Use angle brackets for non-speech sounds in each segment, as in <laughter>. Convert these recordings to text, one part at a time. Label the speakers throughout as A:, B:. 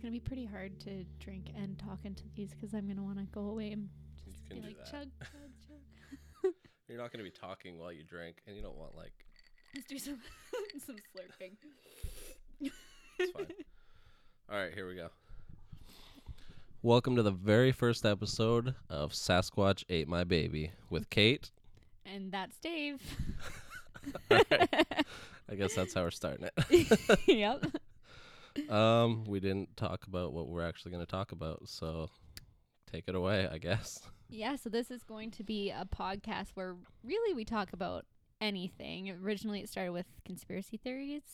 A: gonna be pretty hard to drink and talk into these because I'm gonna want to go away and
B: You
A: just
B: can
A: be
B: do
A: like
B: that. <laughs>
A: chug, chug, chug.
B: You're not going to be talking while you drink, and you don't want like
A: Let's do some <laughs> some slurping.
B: It's
A: <laughs>
B: fine. All right, here we go. Welcome to the very first episode of Sasquatch Ate My Baby with Kate.
A: And that's Dave.
B: <laughs> All right. I guess that's how we're starting it.
A: <laughs> yep.
B: Um, we didn't talk about what we're actually going to talk about, so take it away, I guess.
A: <laughs> Yeah, so this is going to be a podcast where really we talk about anything. Originally, it started with conspiracy theories,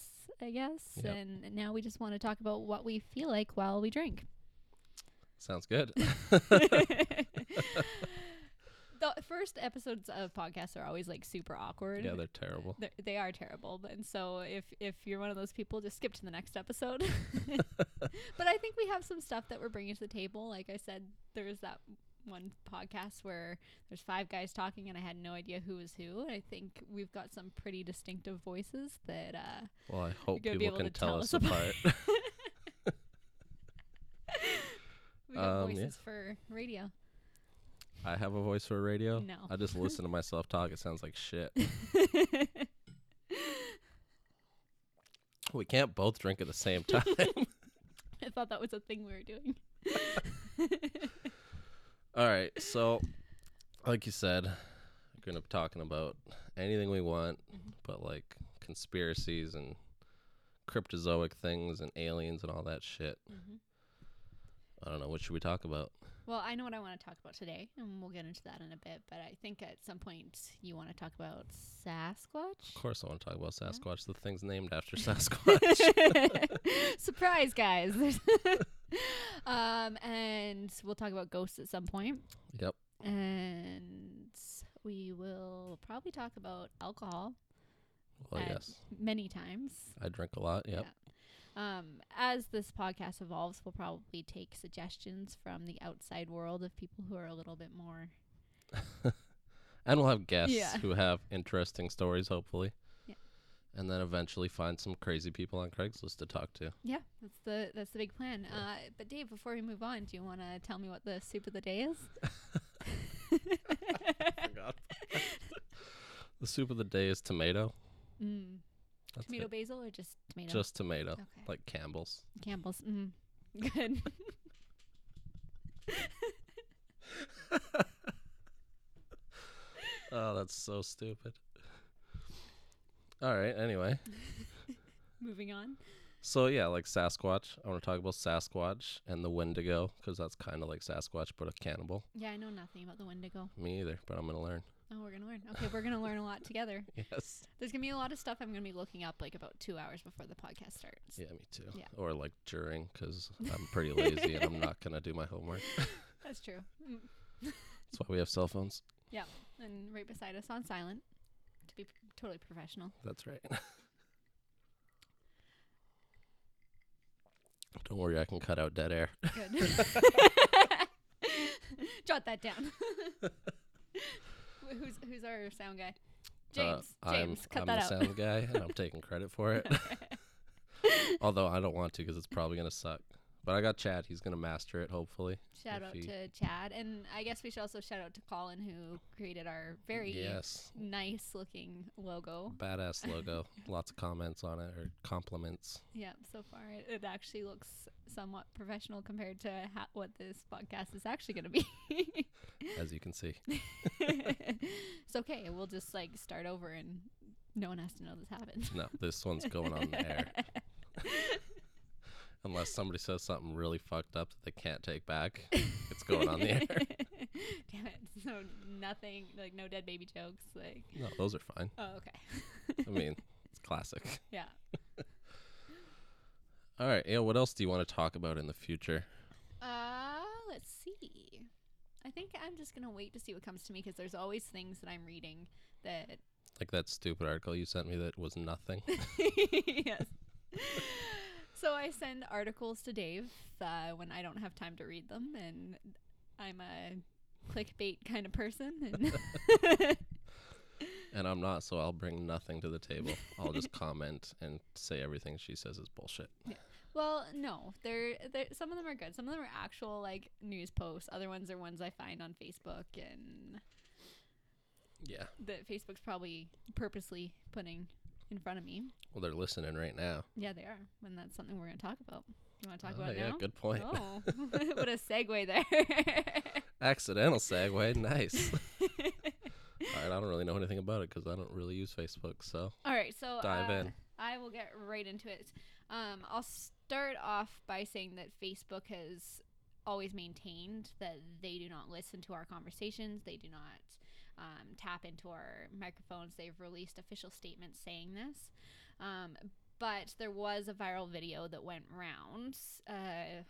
A: I guess,
B: Yep.
A: and now we just want to talk about what we feel like while we drink.
B: <laughs>
A: <laughs>
B: Sounds good.
A: the first episodes of podcasts are always like super awkward.
B: yeah, they're terrible.
A: They're- they are terrible, but- and so if if you're one of those people, just skip to the next
B: <laughs>
A: episode. <laughs> but I think we have some stuff that we're bringing to the table. Like I said, there was that one podcast where there's five guys talking, and I had no idea who was who. And I think we've got some pretty distinctive voices that uh,
B: Well, I hope
A: gonna be
B: people
A: able
B: can
A: to
B: tell
A: tell
B: us
A: us
B: apart.
A: we got
B: Um, yeah.
A: voices for radio.
B: <laughs> I have a voice for radio.
A: No.
B: I just listen to myself talk. It sounds like shit. we can't both drink at the same
A: <laughs>
B: time.
A: <laughs> I thought that was a thing we were doing.
B: All right. So, like you said, we're going to be talking about anything we want,
A: Mm-hmm.
B: but like conspiracies and cryptozoic things and aliens and all that shit.
A: Mm-hmm.
B: I don't know. What should we talk about?
A: Well, I know what I want to talk about today, and we'll get into that in a bit. But I think at some point you want to talk about
B: Of
A: Sasquatch.
B: course, I want to talk about Sasquatch. The thing's named
A: <laughs>
B: after Sasquatch.
A: Surprise, guys! <laughs> There's- um, and we'll talk about ghosts at some point,
B: yep.
A: and we will probably talk about alcohol
B: Well,
A: Uh,
B: yes.
A: many times.
B: I drink a lot. Yep.
A: Um, as this podcast evolves, we'll probably take suggestions from the outside world of people who are a little bit more.
B: And we'll have guests
A: Yeah.
B: who have interesting stories, hopefully.
A: Yeah.
B: And then eventually find some crazy people on Craigslist to talk to.
A: Yeah, that's the that's the big plan. Uh, but Dave, before we move on, do you want to tell me what the soup of the day is?
B: the soup of the day is tomato.
A: Mm.
B: That's
A: Tomato
B: it.
A: basil or just tomato?
B: Just tomato.
A: Okay.
B: Like Campbell's.
A: Campbell's. Mm. <laughs> Good.
B: Oh, that's so stupid. All right, anyway.
A: Moving on.
B: So, yeah, like Sasquatch. I want to talk about Sasquatch and the Wendigo because that's kind of like Sasquatch, but a cannibal.
A: Yeah, I know nothing about the Wendigo.
B: Me either, but I'm going to learn.
A: Oh, we're gonna learn. Okay, we're gonna learn a lot together.
B: Yes.
A: There's gonna be a lot of stuff I'm gonna be looking up like about two hours before the podcast starts.
B: Yeah, me too.
A: Yeah.
B: Or like during because I'm pretty lazy and I'm not going to do my homework.
A: That's true. Mm.
B: That's why we have cell phones.
A: And right beside us on silent, to be p- totally professional.
B: That's right. <laughs> Don't worry, I can cut out dead air.
A: Good. <laughs> Jot that
B: <laughs>
A: down. Wh- who's who's our sound guy?
B: Uh,
A: James. James,
B: I'm,
A: cut
B: I'm
A: that
B: the
A: out.
B: sound guy, and I'm taking credit
A: <laughs>
B: for it. <laughs> Although I don't want to because it's probably gonna suck. But I got Chad. He's gonna master it, hopefully.
A: Shout out
B: Iffy.
A: to Chad, and I guess we should also shout out to Colin who created our very
B: Yes,
A: nice looking logo.
B: badass
A: <laughs>
B: logo. Lots of comments on it or compliments.
A: Yeah, so far it, it actually looks somewhat professional compared to ha- what this podcast is actually going to be. <laughs>
B: As you can see,
A: it's okay. We'll just like start over, and no one has to know this happened.
B: no, this one's going on the
A: <laughs>
B: air. Unless somebody says something really fucked up that they can't take back, it's going on the
A: <laughs>
B: air.
A: Damn it. So nothing, like no dead baby jokes. Like,
B: No, those are fine.
A: oh, okay.
B: I mean, it's classic.
A: <laughs> Yeah.
B: All right, yeah. What else do you want to talk about in the future?
A: Uh, let's see. I think I'm just going to wait to see what comes to me because there's always things that I'm reading that. <laughs>
B: Like that stupid article you sent me that was nothing.
A: yes. so I send articles to Dave uh, when I don't have time to read them, and I'm a clickbait kind of person. And <laughs>
B: and I'm
A: <laughs>
B: not, so I'll bring nothing to the table. I'll just comment and say everything she says is bullshit.
A: Well, no, they're, they're some of them are good. Some of them are actual like news posts. Other ones are ones I find on Facebook, and
B: Yeah.
A: that Facebook's probably purposely putting in front of me.
B: Well, they're listening right now.
A: Yeah, they are. And that's something we're going to talk about. You want to talk
B: Oh,
A: about it
B: yeah,
A: now?
B: good point.
A: Oh, <laughs> what a segue there.
B: <laughs>
A: <laughs>
B: Accidental segue. Nice. All right, I don't really know anything about it because I don't really use Facebook. So
A: All right, so
B: Dive
A: uh,
B: in.
A: I will get right into it. Um, I'll start off by saying that Facebook has always maintained that they do not listen to our conversations. They do not um, tap into our microphones. They've released official statements saying this. Um, but there was a viral video that went round. Uh,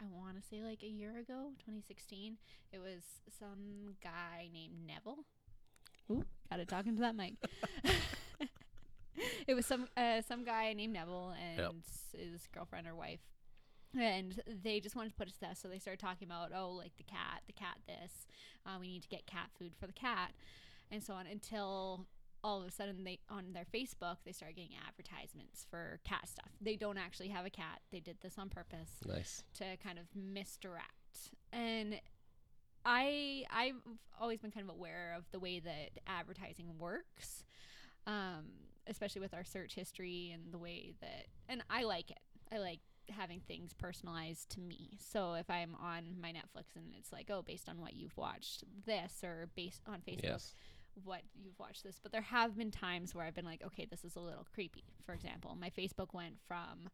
A: I want to say like a year ago, 2016. It was some guy named Neville. Ooh, got it talking to that mic. <laughs> it was some uh, some guy named Neville and
B: Yep.
A: his girlfriend or wife. And they just wanted to put us to test, so they started talking about, oh, like the cat, the cat, this. Uh, we need to get cat food for the cat, and so on. Until all of a sudden, they on their Facebook, they started getting advertisements for cat stuff. They don't actually have a cat. They did this on purpose
B: nice.
A: to kind of misdirect. And I I've always been kind of aware of the way that advertising works, um, especially with our search history and the way that and I like it. I like having things personalized to me. So if I'm on my Netflix and it's like, oh, based on what you've watched this or based on Facebook
B: Yes.
A: what you've watched this, but there have been times where I've been like, okay, this is a little creepy. For example, my Facebook went from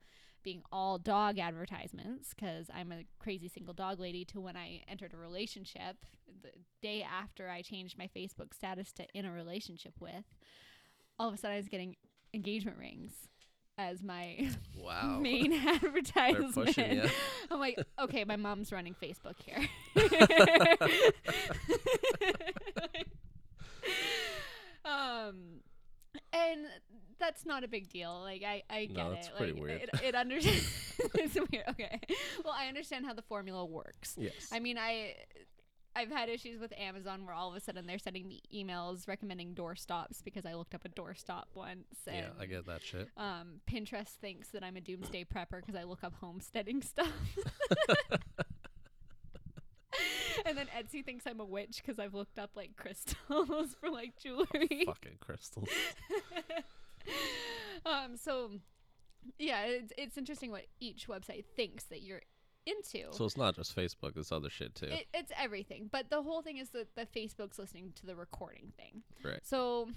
A: being all dog advertisements because I'm a crazy single dog lady to when I entered a relationship, the day after I changed my Facebook status to in a relationship with, all of a sudden I was getting engagement rings as my <laughs>
B: Wow.
A: main advertisement.
B: ya.
A: <laughs> I'm like, okay, my mom's running Facebook
B: <laughs>
A: here. um, and that's not a big deal. Like I, I get
B: No,
A: it.
B: that's pretty
A: like,
B: weird.
A: It, it under- <laughs> it's weird. Okay. Well, I understand how the formula works.
B: Yes.
A: I mean, I I've had issues with Amazon where all of a sudden they're sending me emails recommending doorstops because I looked up a doorstop once. And
B: yeah, I get that
A: <laughs>
B: shit.
A: um, Pinterest thinks that I'm a doomsday prepper because I look up homesteading <laughs> stuff.
B: <laughs>
A: and then Etsy thinks I'm a witch because I've looked up like crystals <laughs> for like jewelry.
B: Fucking crystals.
A: um, so, yeah, it's, it's interesting what each website thinks that you're into.
B: So it's not just Facebook. It's other shit too.
A: It, it's everything. But the whole thing is that the Facebook's listening to the recording thing.
B: Right.
A: So,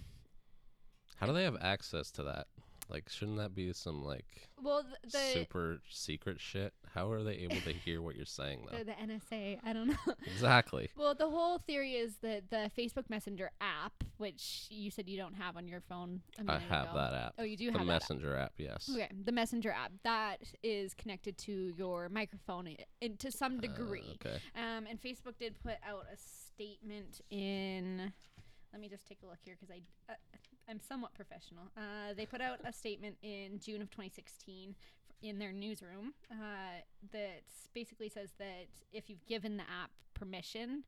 B: How do they have access to that? Like, shouldn't that be some like
A: well, th- the
B: super secret shit? How are they able to hear what you're saying though?
A: the, the NSA, I don't <laughs> know.
B: Exactly.
A: Well, the whole theory is that the Facebook Messenger app, which you said you don't have on your phone, a
B: I
A: minute
B: have
A: ago.
B: that app.
A: Oh, you do
B: The
A: have that app.
B: Messenger app. Yes. Uh,
A: Okay, the Messenger app that is connected to your microphone i- in, to some
B: Uh,
A: degree.
B: okay.
A: Um, and Facebook did put out a statement in. Let me just take a look here because I, uh, I'm somewhat professional. Uh, they put out a statement in June of 2016 f- in their newsroom uh, that basically says that if you've given the app permission,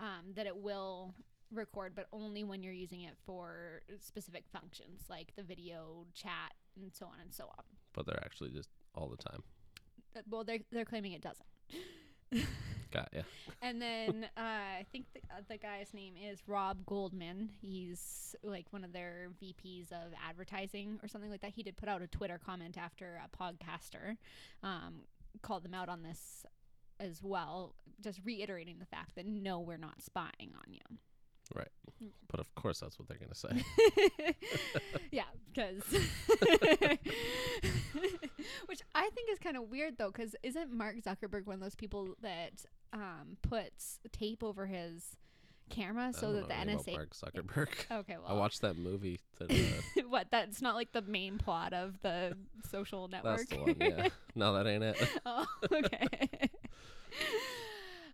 A: um, that it will record, but only when you're using it for specific functions like the video, chat, and so on and so on.
B: But they're actually just all the time.
A: Uh, well, they're, they're claiming it doesn't. <laughs>
B: Got ya.
A: And then uh, I think the, uh, the guy's name is Rob Goldman. He's like one of their VPs of advertising or something like that. He did put out a Twitter comment after a podcaster um, called them out on this as well, just reiterating the fact that no, we're not spying on you.
B: But of course, that's what they're gonna say.
A: <laughs> yeah, because which I think is kind of weird though, because isn't Mark Zuckerberg one of those people that um, puts tape over his camera
B: I
A: <laughs> so that
B: don't
A: the
B: know anything about
A: NSA?
B: Mark
A: <laughs>
B: Zuckerberg. <laughs>
A: Okay,
B: I
A: Oh, well,
B: watched that movie. That, uh,
A: <laughs> what? That's not like the main plot of the social network.
B: that's the one. Yeah. No, that ain't it.
A: <laughs>
B: <laughs>
A: oh, okay.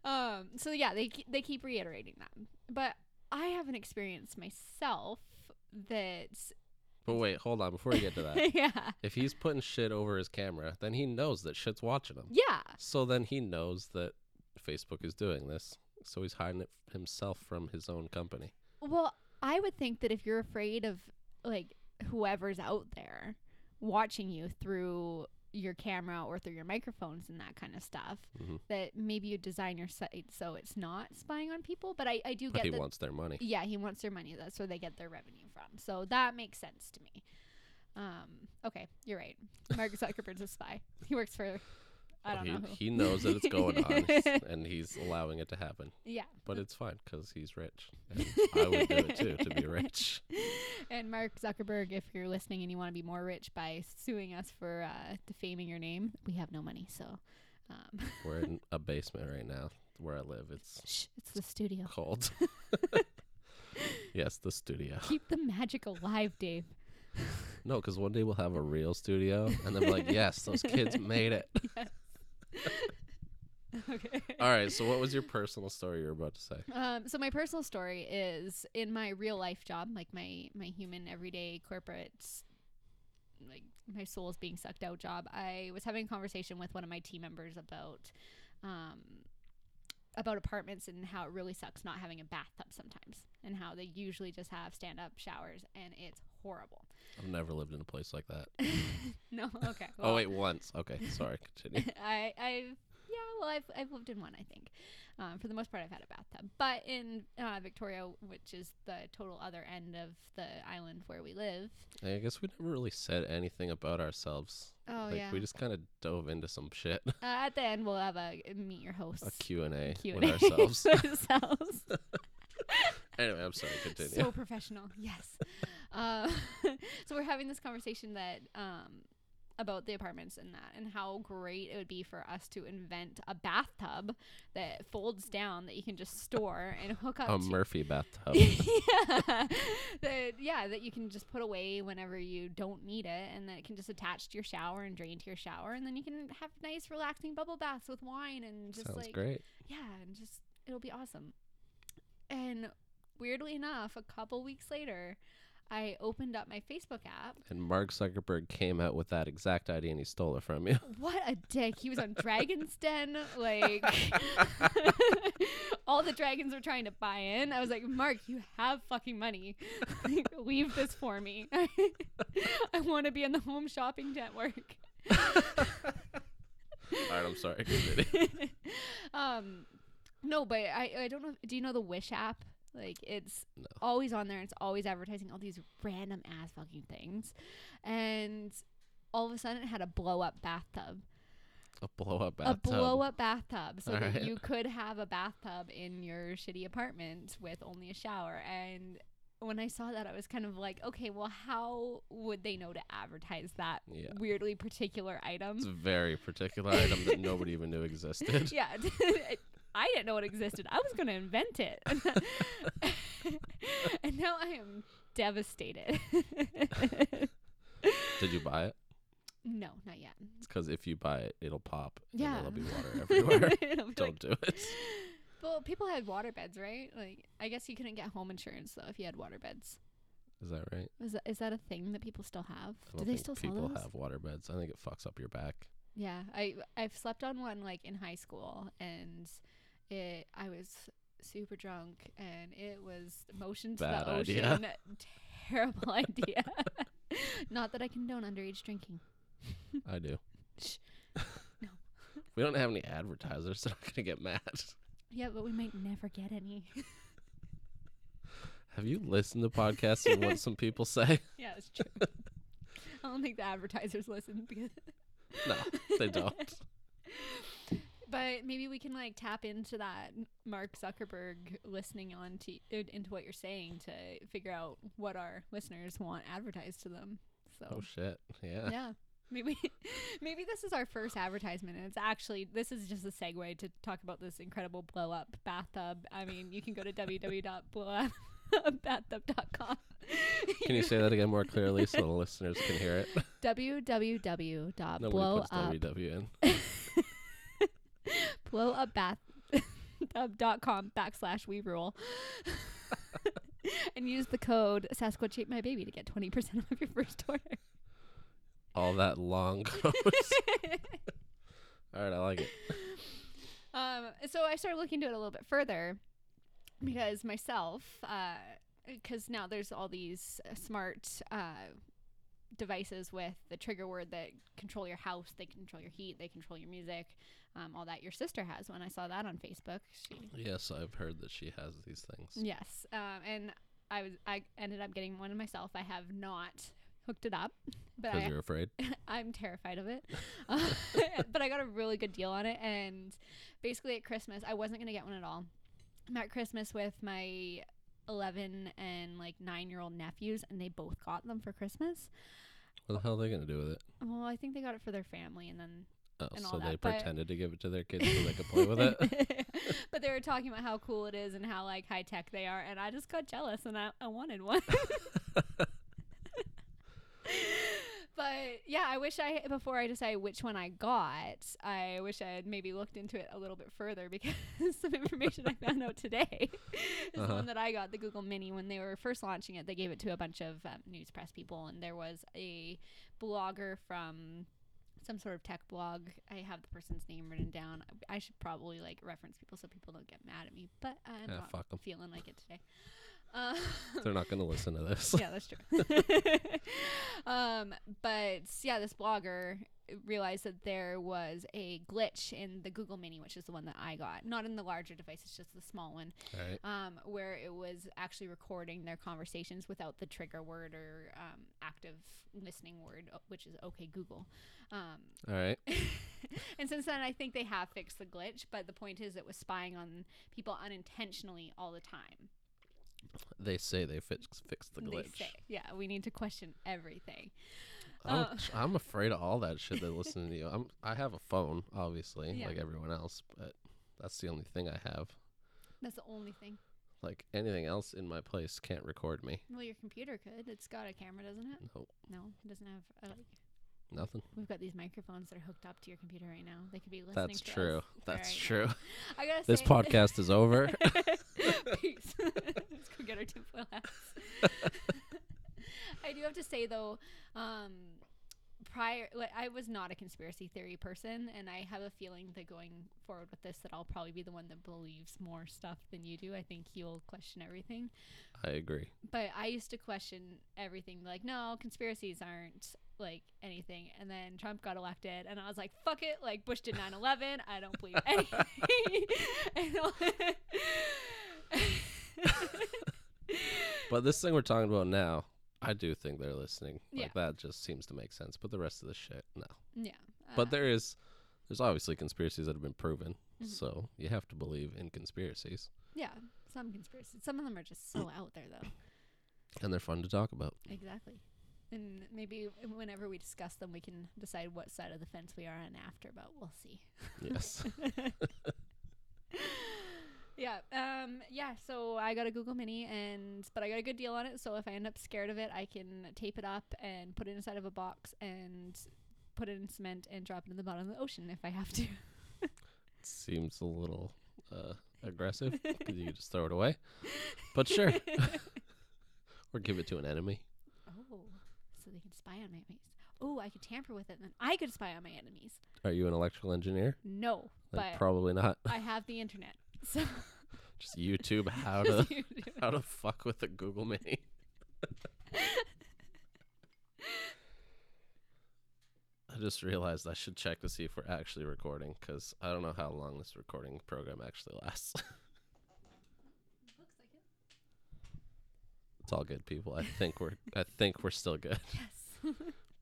A: <laughs> um. So yeah, they ke- they keep reiterating that, but I have an experience myself that
B: But wait, hold on. Before we get to
A: <laughs>
B: that,
A: yeah.
B: if he's putting shit over his camera, then he knows that shit's watching him.
A: Yeah.
B: So then he knows that Facebook is doing this. So he's hiding it himself from his own company.
A: Well, I would think that if you're afraid of like whoever's out there watching you through your camera or through your microphones and that kind of stuff
B: Mhm.
A: that maybe you design your site so it's not spying on people but i, I do
B: But
A: get
B: he
A: that
B: wants their money.
A: yeah he wants their money that's where they get their revenue from so that makes sense to me um okay you're right mark zuckerberg's a spy he works for i don't
B: he,
A: know who.
B: he knows that it's
A: <laughs>
B: going on s- and he's allowing it to happen.
A: yeah
B: But it's fine because he's rich.
A: <laughs>
B: And I would do it too to be rich.
A: and mark zuckerberg if you're listening and you want to be more rich by suing us for uh, defaming your name we have no money so um, <laughs>
B: We're in a basement right now where I live. It's
A: shh, it's the studio <laughs>
B: cold. yes, the studio.
A: keep the magic alive dave
B: No, because one day we'll have a real studio and then be like, yes, those kids
A: <laughs>
B: made it.
A: okay
B: All right. So, what was your personal story you were about to say?
A: Um, so my personal story is in my real life job, like my my human everyday corporate, s- like my soul is being sucked out job. I was having a conversation with one of my team members about, um, about apartments and how it really sucks not having a bathtub sometimes, and how they usually just have stand up showers, and it's horrible. <laughs>
B: I've never lived in a place like that.
A: no, okay.
B: oh,
A: well.
B: wait, once. Okay. Sorry.
A: <laughs>
B: Continue.
A: I, I've yeah, well, I've, I've lived in one, I think. Um, for the most part, I've had a bathtub. But in uh, Victoria, which is the total other end of the island where we live.
B: I guess we never really said anything about ourselves.
A: Oh,
B: like
A: yeah.
B: we just kind of dove into some shit,
A: <laughs> uh, at the end, we'll have a meet your host
B: a Q and A
A: Q&A
B: with
A: <laughs>
B: ourselves.
A: ourselves.
B: anyway, I'm sorry. <laughs> Continue.
A: So professional, yes. <laughs> uh, so we're having this conversation that um, about the apartments and that, and how great it would be for us to invent a bathtub that folds down that you can just store and hook up
B: a
A: to <laughs>
B: Murphy bathtub.
A: yeah. that, yeah, that you can just put away whenever you don't need it, and then it can just attach to your shower and drain to your shower, and then you can have nice, relaxing bubble baths with wine and just
B: Sounds
A: like
B: great.
A: yeah, and just it'll be awesome. And weirdly enough, a couple weeks later, I opened up my Facebook app.
B: And Mark Zuckerberg came out with that exact idea and he stole it from you. <laughs>
A: What a dick! He was on Dragon's Den, like all the dragons were trying to buy in. I was like, Mark, you have fucking money. Like, leave this for me. <laughs> I want to be in the home shopping network. <laughs>
B: All right, I'm sorry. Continue. <laughs>
A: um, no, but I I don't know. Do you know the Wish app? Like it's
B: No.
A: always on there. and It's always advertising all these random ass fucking things, and all of a sudden it had a blow up bathtub,
B: A blow up bathtub.
A: a blow up bathtub, so
B: All
A: that
B: right.
A: you could have a bathtub in your shitty apartment with only a shower. And when I saw that, I was kind of like, okay, well, how would they know to advertise that
B: Yeah.
A: weirdly particular item?
B: It's a very particular item that nobody even knew existed.
A: <laughs> yeah i didn't know it existed i was going to invent it <laughs> and now i am
B: <laughs>
A: devastated
B: Did you buy it?
A: no not yet
B: Because if you buy it, it'll pop.
A: Yeah.
B: And there'll be
A: <laughs>
B: water everywhere.
A: It'll be like-
B: <laughs> Don't do it.
A: <laughs> well people had water beds right like i guess you couldn't get home insurance though if you had water beds
B: Is that right?
A: is that, is that a thing that people still have
B: I
A: do
B: don't
A: they
B: think
A: still sell
B: people
A: those
B: have water beds. I think it fucks up your back.
A: yeah i i've slept on one like in high school and it i was super drunk and it was motion to
B: Bad
A: the
B: idea. <laughs>
A: ocean terrible idea <laughs> not that i condone underage drinking
B: I do.
A: Hmm.
B: <laughs>
A: Shh. No.
B: no. we don't have any advertisers. They're not going to get mad.
A: yeah but we might never get any <laughs>
B: Have you listened to podcasts and what some people say? <laughs>
A: yeah it's true i don't think the advertisers listen because
B: No,
A: <laughs>
B: they don't.
A: but maybe we can like tap into that mark zuckerberg listening on to into what you're saying to figure out what our listeners want advertised to them so
B: <laughs> Oh, shit. Yeah.
A: yeah maybe <laughs> maybe this is our first advertisement and it's actually this is just a segue to talk about this incredible blow up bathtub i mean you
B: <laughs>
A: can go to www.blowupbathtub.com <laughs>
B: Can you say that again more clearly so the listeners can hear it? Nobody puts
A: www.blowupblowupbathtub.com
B: WW in.
A: <laughs> backslash we rule <laughs> and use the code sasquatch ate my baby to get 20% off your first <laughs> order
B: All that
A: <laughs>
B: long goes. All right, I like it.
A: Um, so I started looking into it a little bit further because myself, because now there's all these uh, smart uh, devices with the trigger word that control your house, they control your heat, they control your music, um, all that. Your sister has one. I saw that on Facebook. She
B: Yes, I've heard that she has these things.
A: yes, um, and I was I ended up getting one myself. I have not hooked it up, but
B: Because
A: I,
B: you're afraid.
A: <laughs> I'm terrified of it. Uh, <laughs> but I got a really good deal on it, and basically at Christmas I wasn't gonna get one at all. I'm at Christmas with my 11 and like nine year old nephews, and they both got them for Christmas.
B: What the hell are they gonna do with it?
A: Well, I think they got it for their family, and then
B: Oh,
A: And all
B: so they
A: that, but-
B: pretended to give it to their kids so they could play with
A: <laughs>
B: it.
A: but they were talking about how cool it is and how like high tech they are, and I just got jealous and I, I wanted
B: <laughs>
A: one. <laughs> but yeah, I wish I before I decide which one I got, I wish I had maybe looked into it a little bit further <laughs> because some information I found out today <laughs> is the
B: Uh-huh.
A: one that I got the Google Mini when they were first launching it. They gave it to a bunch of um, news press people, and there was a blogger from some sort of tech blog. I have the person's name written down. I should probably like reference people so people don't get mad at me, but I'm
B: Yeah,
A: not
B: fuck 'em.
A: feeling like it today. Uh,
B: They're not gonna listen to this.
A: <laughs> yeah, that's true. <laughs> um, but yeah, this blogger realized that there was a glitch in the Google Mini, which is the one that I got. Not in the larger device, it's just the small one
B: All right.
A: um, where it was actually recording their conversations without the trigger word or um, active listening word, uh, which is OK Google. Um,
B: All right.
A: <laughs> and since then, I think they have fixed the glitch, but the point is it was spying on people unintentionally all the time.
B: They say they fix fixed the
A: They
B: glitch.
A: say, yeah, we need to question everything.
B: I'm,
A: Uh.
B: I'm afraid of all that shit that listening to you. I'm I have a phone, obviously,
A: Yeah.
B: like everyone else, but that's the only thing I have.
A: That's the only thing.
B: Like anything else in my place can't record me.
A: Well, your computer could. It's got a camera, doesn't it?
B: No,
A: No, it doesn't have. A, like,
B: nothing.
A: we've got these microphones that are hooked up to your computer right now. They could be listening.
B: That's
A: to us
B: true. That's
A: right <laughs>
B: true.
A: now. I gotta
B: This
A: say-
B: podcast
A: <laughs>
B: is over.
A: Peace. Let's go get our tinfoil hats. <laughs> I do have to say though, um, prior like, I was not a conspiracy theory person, and I have a feeling that going forward with this, that I'll probably be the one that believes more stuff than you do. I think you'll question everything,
B: I agree.
A: but I used to question everything, like no, conspiracies aren't like anything and then Trump got elected and I was like fuck it like Bush did 9/11 I don't believe anything <laughs> and all-
B: But this thing we're talking about now, I do think they're listening.
A: Yeah.
B: Like that just seems to make sense. But the rest of the shit, no.
A: Yeah.
B: But
A: uh,
B: there is, there's obviously conspiracies that have been proven.
A: Mhm.
B: So you have to believe in conspiracies,
A: yeah, some conspiracies. Some of them are just so out there, though.
B: and they're fun to talk
A: <laughs>
B: about.
A: Exactly. And maybe whenever we discuss them, we can decide what side of the fence we are on after. But we'll see.
B: Yes.
A: Yeah. Um. Yeah. So I got a Google Mini, and but I got a good deal on it. So if I end up scared of it, I can tape it up and put it inside of a box and put it in cement and drop it in the bottom of the ocean if I have to. <laughs>
B: seems a little uh, aggressive 'cause you could just throw it away. But sure. <laughs> or give it to an enemy.
A: Oh, so they can spy on my enemies. Oh, I could tamper with it, and then I could spy on my enemies.
B: Are you an electrical engineer?
A: No,
B: Like,
A: but
B: probably not.
A: I have the
B: <laughs>
A: internet. So
B: Just YouTube how to
A: <laughs> just you do it.
B: <laughs> how to fuck with a Google Mini. <laughs> I just realized I should check to see if we're actually recording because I don't know how long this recording program actually lasts. <laughs>
A: Looks like it.
B: it's all good, people. I think we're I think we're still good.
A: Yes,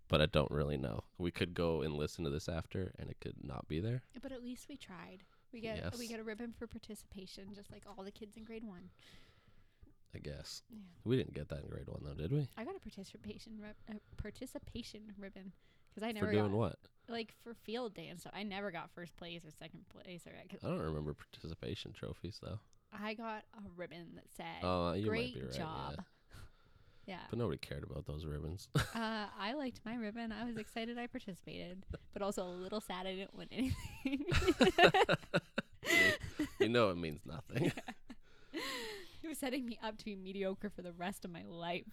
B: but I don't really know. We could go and listen to this after, and it could not be there.
A: but at least we tried. We get we
B: Yes.
A: get a ribbon for participation, just like all the kids in grade one.
B: I guess
A: Yeah.
B: we didn't get that in grade one, though, did we?
A: I got a participation rib- a participation ribbon because I never
B: For doing
A: got
B: what?
A: like for field day and stuff. I never got first place or second place or 'cause
B: I don't remember participation trophies though.
A: I got a ribbon that said
B: Oh, you
A: "Great
B: might be right.
A: job." <laughs>
B: yeah.
A: Yeah,
B: But nobody cared about
A: <laughs>
B: those ribbons.
A: Uh, I liked my ribbon. I was excited I
B: <laughs>
A: participated, but also a little sad I didn't win anything. <laughs>
B: you know, it means nothing.
A: <laughs>
B: <laughs>
A: it was setting me up to be mediocre for the rest of my life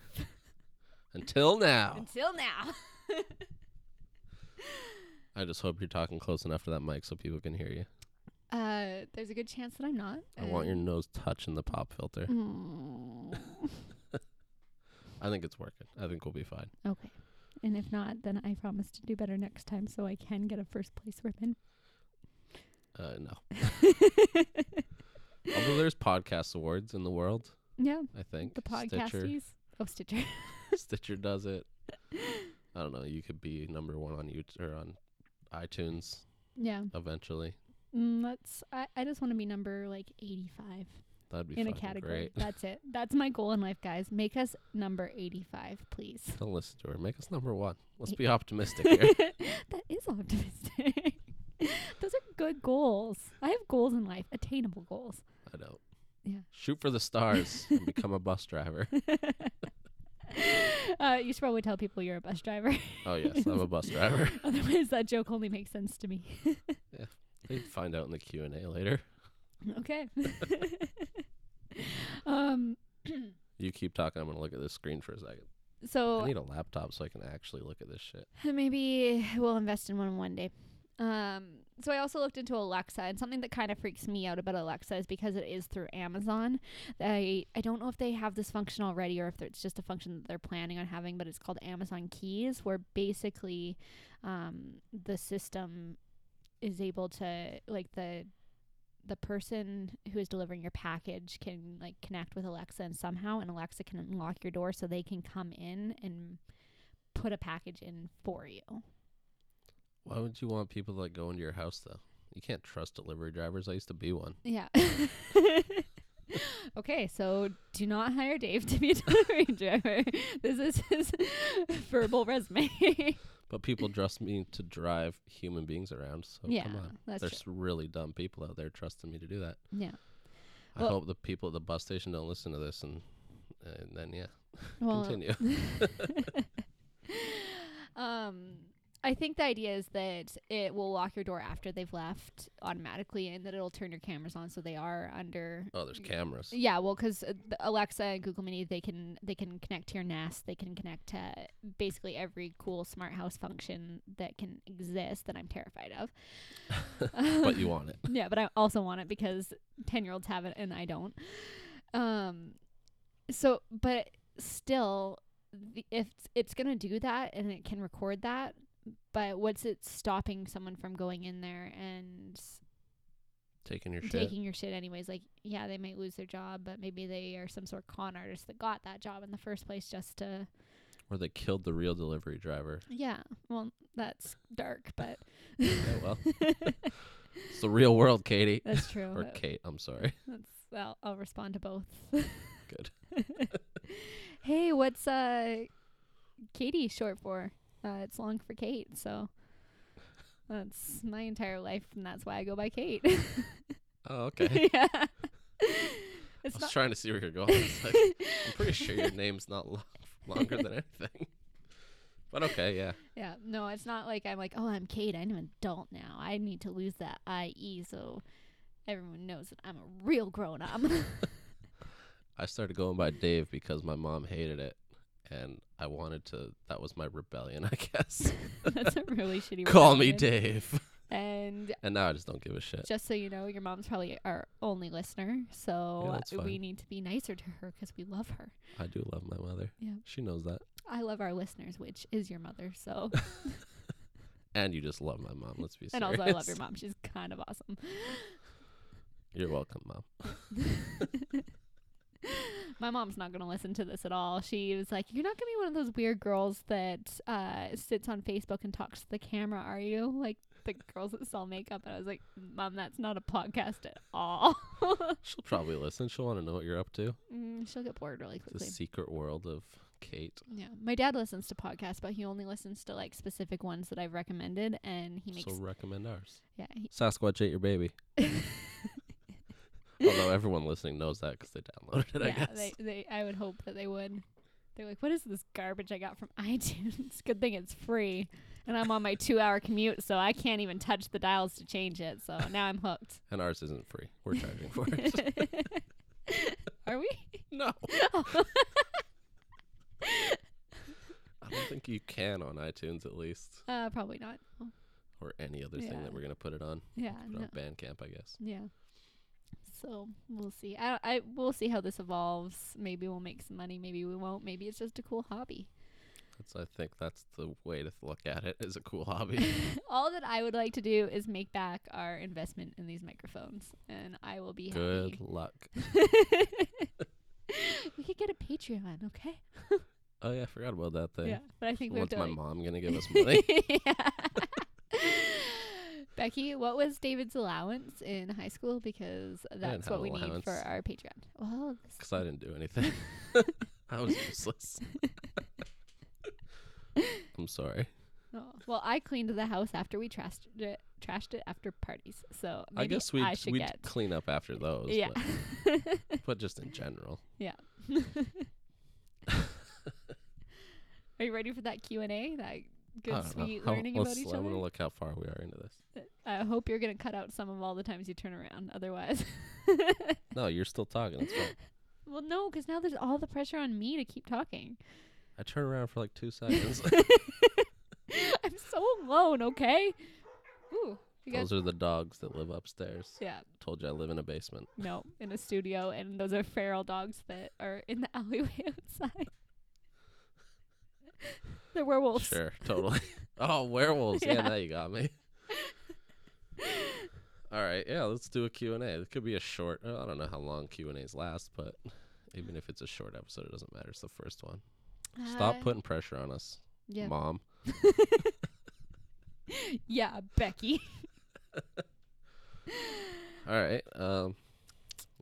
B: Until now,
A: until now. <laughs>
B: I just hope you're talking close enough to that mic so people can hear you.
A: Uh, there's a good chance that I'm not.
B: I want your
A: and-
B: nose touching the pop filter.
A: Uh, Mm,
B: I think it's working. I think we'll be fine.
A: okay. And if not, then I promise to do better next time so I can get a first place ribbon.
B: Uh,
A: <laughs>
B: no. Although there's podcast awards in the world,
A: Yeah,
B: I think.
A: the podcasties. Oh, Stitcher. <laughs>
B: Stitcher, <laughs> Stitcher does it. I don't know. You could be number one on YouTube or on iTunes
A: yeah.
B: eventually.
A: Mm, that's I, I just want to be number like 85
B: That'd be
A: in a
B: fucking
A: category.
B: Great. <laughs>
A: That's it. That's my goal in life, guys. Make us number 85, please.
B: Don't listen to her. Make us number one. Let's
A: Eight.
B: be
A: <laughs>
B: optimistic here.
A: that is optimistic. <laughs> Those are good goals. I have goals in life, attainable goals. <laughs>
B: I don't.
A: Yeah.
B: Shoot for the stars and become a bus driver.
A: <laughs> Uh, you should probably tell people you're a bus driver. <laughs>
B: Oh yes, I'm a bus driver. <laughs>
A: Otherwise, that joke only makes sense to me.
B: They find out in the Q and A later.
A: okay. <laughs> um.
B: You keep talking. I'm gonna look at this screen for a second. I
A: So
B: need a laptop so I can actually look at this shit.
A: <sighs> Maybe we'll invest in one one day. Um, so I also looked into Alexa, and something that kind of freaks me out about Alexa is because it is through Amazon. I I don't know if they have this function already or if it's just a function that they're planning on having, but it's called Amazon Keys, where basically, um, the system is able to like the the person who is delivering your package can like connect with Alexa and somehow and Alexa can unlock your door so they can come in and put a package in for you.
B: Why would you want people that go into your house though? You can't trust delivery drivers. I used to be one.
A: Yeah. <laughs> okay, so do not hire Dave to be a delivery <laughs> driver. This is his <laughs> verbal resume. <laughs>
B: But people trust me to drive human beings around. So
A: yeah,
B: Oh, come on.
A: that's
B: There's really dumb people out there trusting me to do that.
A: true. Yeah.
B: I
A: Well-
B: hope the people at the bus station don't listen to this and, and then yeah,
A: Well, <laughs>
B: continue.
A: um, I think the idea is that it will lock your door after they've left automatically, and that it'll turn your cameras on so they are under
B: oh, there's
A: <laughs>
B: cameras. <laughs>
A: Yeah, well, because Alexa and Google Mini, they can they can connect to your Nest, they can connect to basically every cool smart house function that can exist that I'm terrified of. <laughs>
B: But you want it.
A: yeah, but I also want it because ten year olds have it and I don't. Um, so but still, the, if it's- it's gonna do that and it can record that, but what's it stopping someone from going in there and
B: Taking your shit.
A: taking your shit anyways. Like, yeah, they might lose their job, but maybe they are some sort of con artist that got that job in the first place just to.
B: Or they killed the real delivery driver.
A: Yeah, well, that's dark, but
B: Yeah, Oh, well, it's the real world, Katie.
A: <laughs> that's true.
B: Or Kate, I'm sorry. <laughs>
A: That's well, I'll respond to both.
B: Good.
A: hey, what's uh, Katie short for? Uh, it's long for Kate, so that's my entire life, and that's why I go by
B: <laughs>
A: Kate. <laughs>
B: Oh, okay. <laughs>
A: yeah,
B: I
A: it's
B: was
A: not.
B: trying to see where you're going. It's like,
A: <laughs>
B: I'm pretty sure your name's not lo- longer than anything. But okay, yeah.
A: Yeah, no, it's not like I'm like, oh, I'm Kate. I'm an adult now. I need to lose that IE so everyone knows that I'm a real grown up.
B: I started going by Dave because my mom hated it. And I wanted to, that was my rebellion, <laughs> I guess.
A: <laughs> That's a
B: <laughs>
A: really shitty.
B: Call me
A: rebellion.
B: Dave.
A: And
B: And now I just don't give a shit.
A: just so you know, your mom's probably our only listener,
B: Yeah,
A: so
B: that's
A: we
B: fine.
A: need to be nicer to her because we love her.
B: I do love my mother.
A: Yeah.
B: She knows that.
A: I love our listeners, which is your mother. <laughs> So,
B: And you just love my mom, let's be serious.
A: and also I love your mom. She's kind of awesome. <laughs>
B: You're welcome, mom.
A: My mom's not going to listen to this at all. She was like, "You're not going to be one of those weird girls that uh, sits on Facebook and talks to the camera, are you? Like the girls that sell makeup." And I was like, "Mom, that's not a podcast at all." <laughs>
B: She'll probably listen. She'll want to know what you're up to.
A: mm, she'll get bored really
B: The
A: quickly.
B: secret world of Kate.
A: Yeah, my dad listens to podcasts, but he only listens to like specific ones that I've recommended, and he makes
B: So recommend ours.
A: yeah. He,
B: Sasquatch ate
A: <laughs>
B: your baby. Although everyone listening knows that 'cause they downloaded it, <laughs> I
A: yeah,
B: guess.
A: they, they I would hope that they would. They're like, what is this garbage I got from <laughs> iTunes? Good thing it's free, and I'm on my two-hour commute, so I can't even touch the dials to change it. So now I'm
B: <laughs>
A: hooked. <laughs>
B: And ours isn't free. We're charging for it. <laughs>
A: Are we? <laughs>
B: no. I don't think you can on iTunes at least.
A: Uh, probably not. Oh,
B: Or any other thing
A: Yeah.
B: that we're gonna put it on.
A: yeah,
B: Put it
A: no,
B: on Bandcamp, I guess.
A: yeah. So we'll see. I, I we'll see how this evolves. Maybe we'll make some money. Maybe we won't. Maybe it's just a cool hobby. <laughs>
B: That's I think that's the way to look at it. Is
A: <laughs>
B: a cool hobby.
A: All that I would like to do is make back our investment in these microphones, and I will be
B: Good luck. <laughs>
A: happy. we could get a Patreon, okay?
B: Oh yeah, I forgot about that thing.
A: Yeah, but I think we have
B: What's
A: to.
B: my
A: like-
B: mom
A: <laughs>
B: gonna give us money?
A: Yeah. <laughs> Becky, what was David's allowance in high school? Because that's
B: have
A: what
B: an
A: we need for
B: allowance.
A: our Patreon. Well, this-
B: Because I didn't do
A: <laughs>
B: anything. I was useless. <laughs> I'm sorry.
A: oh, well, I cleaned the house after we trashed it. Trashed it after parties, so maybe
B: I guess we
A: I should
B: we
A: get
B: clean up after those.
A: yeah.
B: But, but just in general. <laughs>
A: Are you ready for that Q and A? That <laughs> good
B: I don't know.
A: sweet
B: How-
A: learning
B: let's-
A: about each
B: I'm
A: other.
B: gonna look how far we are into this.
A: I hope you're gonna cut out some of all the times you turn around. Otherwise, <laughs>
B: No, you're still talking. It's fine.
A: well, no, because now there's all the pressure on me to keep talking. <laughs>
B: I turn around for like two seconds.
A: I'm so alone. Okay. Ooh, <laughs> you guys.
B: Those
A: <laughs>
B: are the dogs that live upstairs.
A: Yeah,
B: Told you I live in a basement.
A: no, in a studio, and those are feral dogs that are in the <laughs> alleyway outside. <laughs> They're werewolves.
B: Sure, totally. <laughs> oh, werewolves. Yeah.
A: Yeah.
B: now you got
A: <laughs>
B: me. All right, yeah, let's do a Q&A. It could be a short, uh, I don't know how long Q&As last, but even if it's a short episode, it doesn't matter. It's the first one. Stop
A: Uh,
B: putting pressure on us,
A: Yeah,
B: mom.
A: <laughs> yeah, Becky. <laughs>
B: All right, um,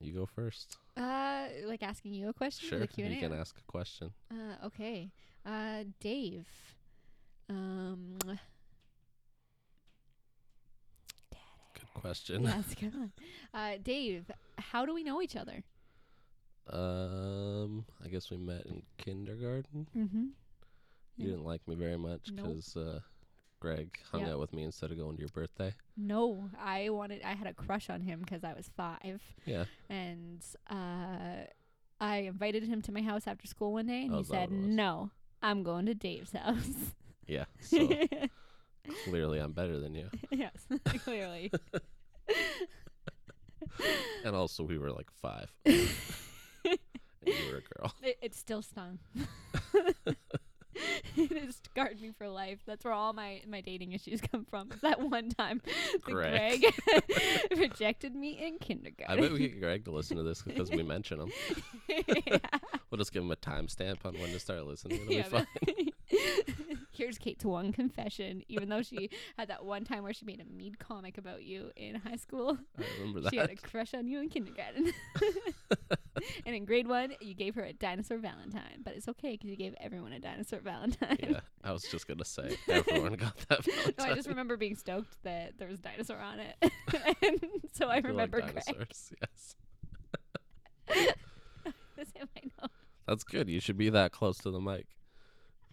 B: you go first.
A: Uh, like asking you a question.
B: Sure,
A: The Q and
B: you
A: A.
B: can ask a question.
A: Uh, okay. Uh, Dave. Um,
B: Good <laughs> question.
A: yes, come on. Uh, Dave, how do we know each other?
B: Um, I guess we met in kindergarten.
A: Mm-hmm.
B: You
A: Yeah.
B: didn't like me very much
A: Nope.
B: because uh, Greg hung
A: Yeah.
B: out with me instead of going to your birthday.
A: No, I wanted. I had a crush on him because I was five,
B: Yeah,
A: and uh, I invited him to my house after school one day, and
B: Oh,
A: he
B: is that
A: said,
B: what it was?
A: "No, I'm going to Dave's house." <laughs>
B: yeah. So clearly, I'm better than you.
A: yes, <laughs>
B: <laughs>
A: clearly.
B: And also, we were like five. and you
A: <laughs>
B: were a girl.
A: It, it still stung. <laughs> it has scarred me for life. That's where all my, my dating issues come from. is That one time that
B: Greg.
A: Greg, <laughs> rejected me in
B: I
A: kindergarten. <laughs>
B: bet we get Greg to listen to this because we mention him. <laughs>
A: Yeah.
B: We'll just give him a timestamp on when to start listening. It'll
A: Yeah,
B: be fun.
A: but- <laughs> Here's Kate's one confession. Even though she had that one time where she made a mead comic about you in high
B: <laughs>
A: school,
B: I remember
A: she had
B: <laughs> that.
A: a crush on you in kindergarten. <laughs> and in grade one, you gave her a dinosaur Valentine. But it's okay because you gave everyone a dinosaur Valentine.
B: Yeah, I was just gonna say everyone got
A: <laughs> No,
B: that.
A: I just
B: Valentine.
A: remember being stoked that there was dinosaur on it, <laughs> and so
B: <laughs>
A: I
B: People like
A: remember Greg.
B: dinosaurs. <laughs> Yes,
A: That's in my notes.
B: that's good. You should be that close to the mic.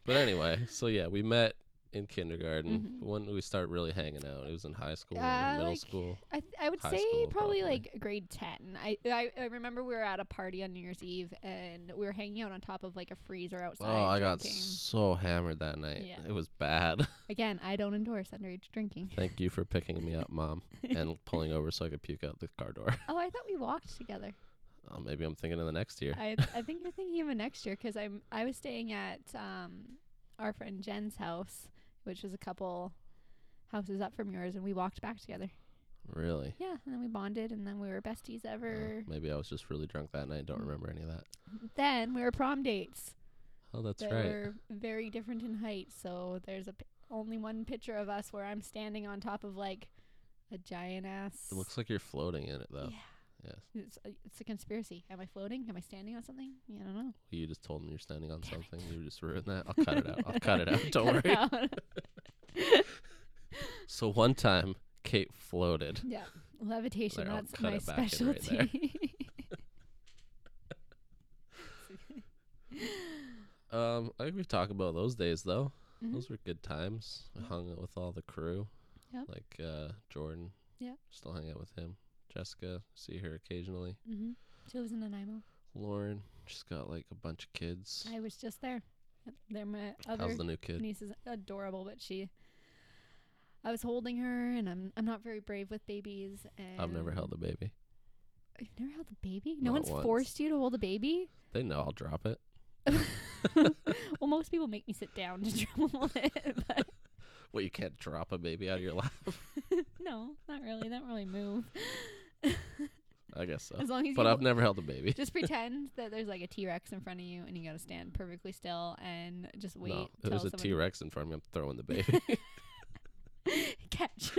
B: But anyway, so yeah, we met in kindergarten.
A: Mhm.
B: But When did we start really hanging out? It was in high school,
A: Uh,
B: middle
A: like-
B: school.
A: I, th- I would
B: High
A: say
B: school,
A: probably,
B: probably.
A: like grade ten. I, I I remember we were at a party on New Year's Eve, and we were hanging out on top of like a freezer outside.
B: Oh, I got
A: drinking.
B: so hammered that night.
A: Yeah.
B: It was bad.
A: Again, I don't endorse underage
B: <laughs>
A: drinking.
B: Thank you for picking me up, mom, and pulling over so I could puke out the car door. <laughs>
A: Oh, I thought we walked together.
B: Oh, maybe I'm thinking of the next year.
A: I I think you're thinking of a next year because I'm I was staying at um our friend Jen's house, which was a couple houses up from yours, and we walked back together.
B: Really?
A: Yeah, and then we bonded, and then we were besties
B: Oh,
A: ever.
B: maybe I was just really drunk that night.
A: Mm.
B: Don't remember any of that.
A: Then we were prom dates
B: Oh, that's
A: that
B: right.
A: were very different in height. So there's a p- only one picture of us where I'm standing on top of like a giant ass.
B: It looks like you're floating in it though.
A: Yeah.
B: Yes.
A: It's a, it's a conspiracy. Am I floating? Am I standing on something? Yeah, I don't know.
B: You just told me you're standing on
A: Damn it.
B: something. You just ruined that.
A: <laughs>
B: I'll cut it out. I'll cut it out. Don't
A: Cut it
B: worry. <laughs>
A: out.
B: So one time, Kate floated.
A: yeah, levitation.
B: There, I'll
A: that's
B: cut
A: my
B: it back in right there.
A: <laughs>
B: <laughs>
A: specialty.
B: Um, I think we talked about those days though.
A: Mhm.
B: Those were good times. I
A: Yeah.
B: hung out with all the crew.
A: Mm-hmm. Yep.
B: Like uh, Jordan.
A: Yeah.
B: Still hang out with him. Jessica, see her occasionally.
A: hmm She lives in Nanaimo.
B: Lauren, she's got like a bunch of kids.
A: I was just there. They're my
B: How's
A: other
B: the new kid?
A: niece is adorable, but she. I was holding her, and I'm I'm not very brave with babies. And
B: I've never held a baby.
A: You've never held a baby? No
B: Not
A: one's
B: once. <laughs>
A: forced you to hold a baby.
B: They know I'll drop it.
A: well, most people make me sit down to <laughs> dremel it, but
B: Well, you can't drop a baby out of your lap.
A: no, not really. They don't really move.
B: I guess so.
A: <laughs> As long as
B: But
A: you
B: I've never held a baby.
A: just pretend that there's like a T Rex in front of you, and you gotta stand perfectly still and just wait.
B: no, if
A: till
B: there's a T
A: someone
B: Rex in front of me. I'm throwing
A: <laughs>
B: the baby.
A: catch.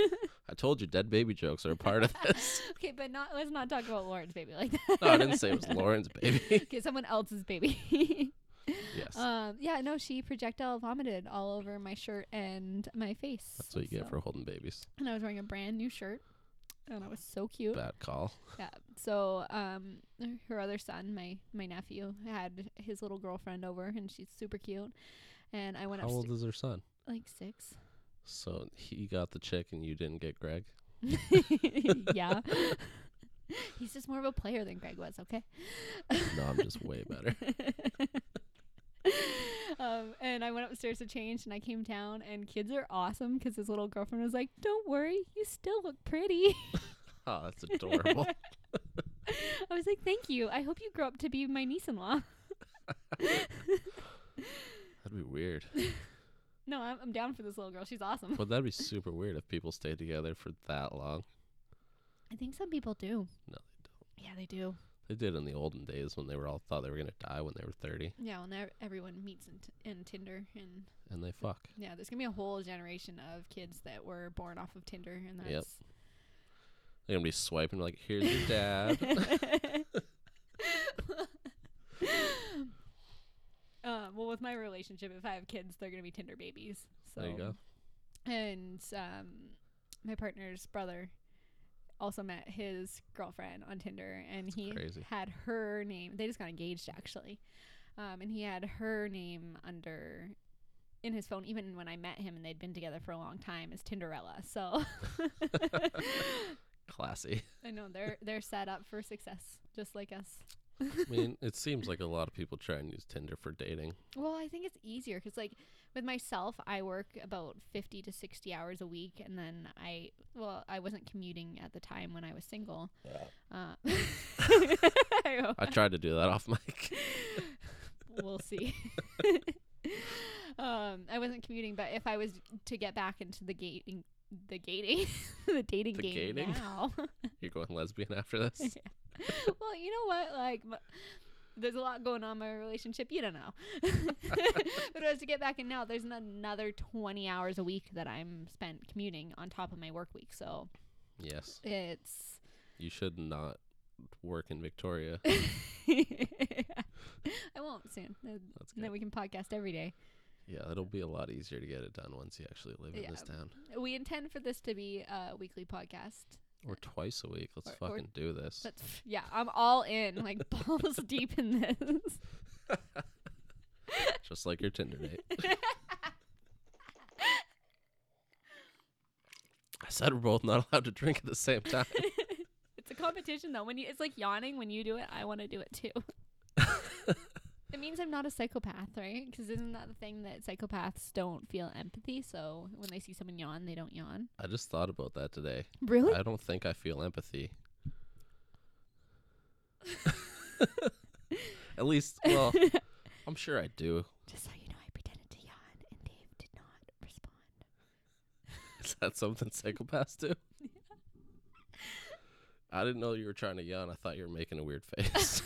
B: I told you dead baby jokes are a part of this.
A: okay, but not let's not talk about Lauren's baby like that.
B: No, I didn't say
A: <laughs>
B: it was Lauren's baby. <laughs>
A: Okay, someone else's baby. <laughs>
B: yes.
A: um, yeah, no, she projectile vomited all over my shirt and my face.
B: That's what you get
A: so-
B: for holding babies.
A: And I was wearing a brand new shirt, and it was so cute.
B: Bad call.
A: Yeah. So, um, her other son, my my nephew, had his little girlfriend over, and she's super cute. And I went
B: How
A: up
B: old is her son?
A: like six.
B: <laughs>
A: <laughs>
B: So he got the chick and you didn't get Greg?
A: yeah. <laughs> He's just more of a player than Greg was, okay?
B: No, I'm just way better. <laughs>
A: <laughs> um, and I went upstairs to change and I came down and kids are awesome because his little girlfriend was like, Don't worry, you still look pretty. <laughs>
B: Oh, that's adorable.
A: I was like, Thank you. I hope you grow up to be my niece in law.
B: that'd be weird.
A: <laughs> No, I'm, I'm down for this little girl. She's awesome.
B: Well, that'd be super weird if people stayed together for that long.
A: I think some people do.
B: No,
A: Yeah, they do.
B: they did in the olden days when they were all thought they were gonna die when they were 30,
A: Yeah, well, now everyone meets in, t- in Tinder and
B: and they fuck.
A: Yeah, there's gonna be a whole generation of kids that were born off of Tinder, and
B: Yep.
A: that's
B: They're gonna be swiping like, "Here's
A: <laughs>
B: your dad."
A: uh, well, with my relationship, if I have kids, they're gonna be Tinder babies. So.
B: There you go.
A: And um, my partner's brother also met his girlfriend on Tinder, and he
B: crazy.
A: had her name. They just got engaged, actually, um, and he had her name under in his phone even when I met him, and they'd been together for a long time as Tinderella.
B: <laughs>
A: So <laughs>
B: Classy.
A: I know they're they're set up for success, just like us.
B: I mean, it seems like a lot of people try and use Tinder for dating.
A: Well, I think it's easier because, like, with myself, I work about 50 to 60 hours a week. And then I, well, I wasn't commuting at the time when I was single. Uh, <laughs>
B: I tried to do that off mic. <laughs>
A: we'll see. um, I wasn't commuting, but if I was to get back into the gating, the gating, <laughs> the dating
B: The
A: game
B: gating?
A: now.
B: You're going lesbian
A: <laughs>
B: after this?
A: well, you know what? Like, m there's a lot going on in my relationship. You don't know. <laughs> but as to get back in now, there's an- another 20 hours a week that I'm spent commuting on top of my work week. So
B: Yes.
A: it's. <laughs>
B: You should not work in Victoria.
A: I won't soon. Then
B: That's good.
A: then we can podcast every day.
B: Yeah, it'll be a lot easier to get it done once you actually live
A: Yeah.
B: in this town.
A: We intend for this to be a weekly podcast.
B: Or twice a week. Let's
A: Or- or-
B: fucking do this.
A: But pff, yeah, I'm all in, like <laughs> balls deep in this.
B: Just like your Tinder date. I said we're both not <laughs> allowed to drink at the same time.
A: It's a competition though. When you it's like yawning when you do it, I want to do it too. it means I'm not a psychopath, right? Because isn't that the thing that psychopaths don't feel empathy? So when they see someone yawn, they don't yawn.
B: I just thought about that today.
A: Really?
B: I don't think I feel empathy. <laughs> At least, well, I'm sure I do.
A: Just so you know, I pretended to yawn, and Dave did not respond.
B: Is that something
A: <laughs>
B: psychopaths do? I didn't know you were trying to yawn. I thought you were making a weird
A: <laughs>
B: face.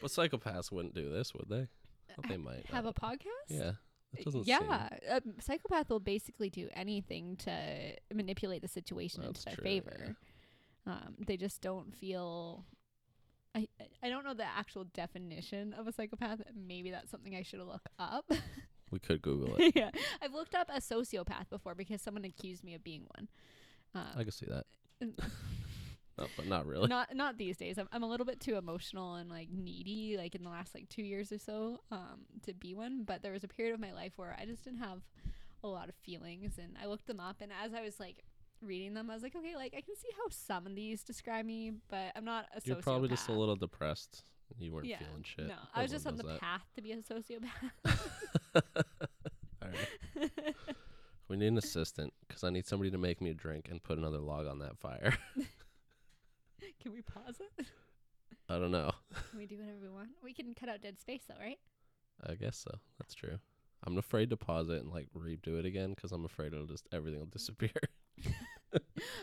B: but psychopaths wouldn't do this, would they? Well, they might.
A: Have
B: I
A: a
B: don't-
A: podcast?
B: yeah. That doesn't seem-
A: Yeah, a psychopath will basically do anything to manipulate the situation
B: Well,
A: into their
B: that's true, yeah.
A: favor. Um, they just don't feel. I I- I don't know the actual definition of a psychopath. Maybe that's something I should look up.
B: we could Google
A: <laughs>
B: it.
A: yeah, I've looked up a sociopath before because someone accused me of being one.
B: I
A: Um,
B: could see
A: <laughs>
B: that.
A: and-
B: No, but not really.
A: not not these days. I'm I'm a little bit too emotional and like needy, like in the last like two years or so, um, to be one. But there was a period of my life where I just didn't have a lot of feelings, and I looked them up, and as I was like reading them, I was like, okay, like I can see how some of these describe me, but I'm not a
B: You're
A: sociopath.
B: probably just a little depressed. You weren't
A: Yeah,
B: feeling shit.
A: No, I was
B: Everyone
A: just on
B: knows
A: the
B: that.
A: path to be a sociopath. <laughs>
B: All right. we need an assistant because I need somebody to make me a drink and put another log on that fire.
A: can we pause it? <laughs>
B: Uh, <laughs> I don't know.
A: Can we do whatever we want? We can cut out dead space though, right?
B: I guess so. That's true. I'm afraid to pause it and like redo it again because I'm afraid it'll just everything will <laughs> disappear.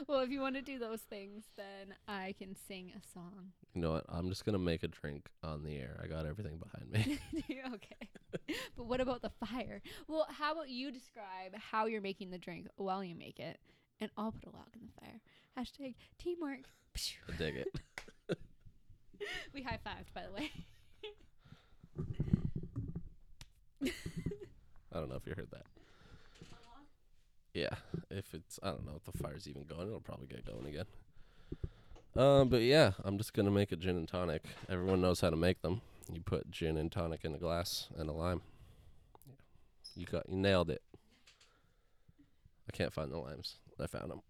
A: Well, if you want to do those things, then I can sing a song.
B: you know what? I'm just gonna make a drink on the air. I got everything behind me. <laughs>
A: <laughs> okay. but what about the fire? Well, how about you describe how you're making the drink while you make it, and I'll put a log in the fire. Hashtag teamwork. <laughs> Pshh.
B: I dig it.
A: We high fived, by the way.
B: I don't know if you heard that. Yeah, if it's I don't know if the fire's even going, it'll probably get going again. Um, but yeah, I'm just gonna make a gin and tonic. Everyone knows how to make them. You put gin and tonic in a glass and a lime. You got you nailed it. I can't find the limes. I found them.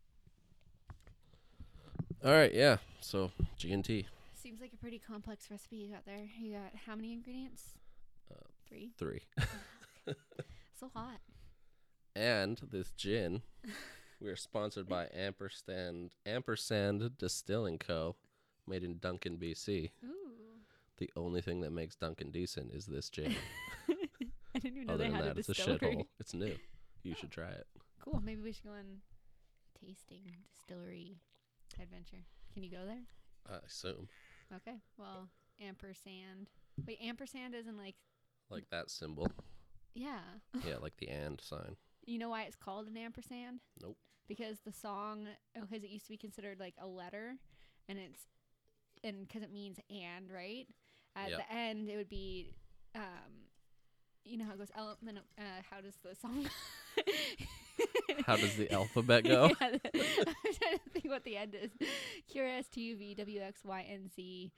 B: All right, yeah. So G and T
A: Seems like a pretty complex recipe you got there. You got how many ingredients?
B: Uh,
A: Three.
B: three.
A: So hot.
B: and this gin. we are sponsored by Ampersand Ampersand Distilling Co. Made in Duncan, BC.
A: Ooh. <laughs>
B: The only thing that makes Duncan decent is this gin.
A: I didn't even know
B: Other
A: they
B: than
A: had
B: that,
A: a
B: it's a
A: distillery.
B: shithole.
A: <laughs>
B: It's new. You should try it.
A: Cool. Maybe we should go on a tasting distillery adventure. Can you go there?
B: I assume,
A: Okay. Well, ampersand. Wait, ampersand isn't like
B: like that symbol.
A: yeah.
B: Yeah, like the and
A: <laughs>
B: sign.
A: You know why it's called an ampersand?
B: Nope.
A: Because the song, because it used to be considered like a letter, and it's, and because it means and, right? At
B: Yeah.
A: the end, it would be, um, you know how it goes. Element. of- Uh, how does the song? <laughs>
B: How does the alphabet go?
A: Yeah, the- I'm trying to think what the end is. Q R S T U V W X Y N Z.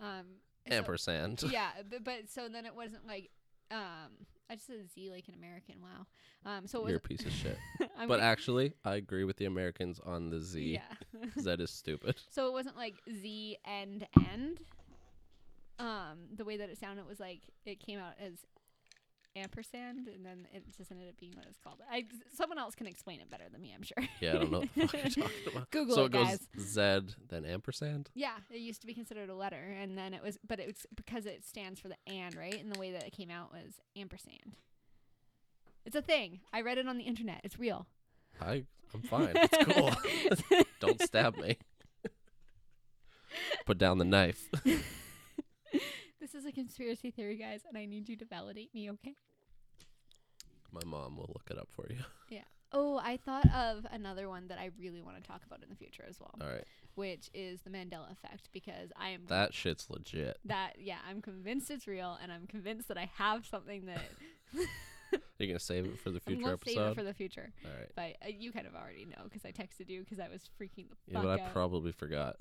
A: Um, so-
B: <laughs> Ampersand.
A: yeah, but, but so then it wasn't like um, I just said Z like an American. Wow. Um, so it
B: You're a
A: was.
B: piece
A: <laughs>
B: of shit.
A: I'm
B: But
A: gonna-
B: actually, I agree with the Americans on the Z.
A: yeah.
B: <laughs>
A: <laughs>
B: 'cause That is stupid.
A: so it wasn't like Z end end. Um, the way that it sounded was like it came out as ampersand, and then it just ended up being what it's called. I, someone else can explain it better than me, I'm sure. <laughs>
B: Yeah, I don't know what the fuck you're talking about.
A: Google
B: so
A: it,
B: it goes
A: guys.
B: Z, then ampersand.
A: Yeah, it used to be considered a letter, and then it was, but it was because it stands for the and, right? And the way that it came out was ampersand. It's a thing. I read it on the internet. It's real.
B: I I'm fine. It's
A: <laughs>
B: cool. Don't stab me. Put down the knife. <laughs>
A: this is a conspiracy theory, guys, and I need you to validate me, okay?
B: My mom will look it up for you.
A: Oh, I thought of another one that I really want to talk about in the future as well,
B: All right.
A: which is the Mandela effect, because I am
B: That shit's legit.
A: that yeah, I'm convinced it's real, and I'm convinced that I have something
B: <laughs>
A: that <laughs>
B: You're going to save it for the
A: I'm
B: future
A: gonna save it
B: episode?
A: for the future.
B: All right.
A: But uh, you kind of already know because I texted you because I was freaking the
B: Yeah,
A: fuck
B: but I
A: out. <laughs>
B: probably forgot.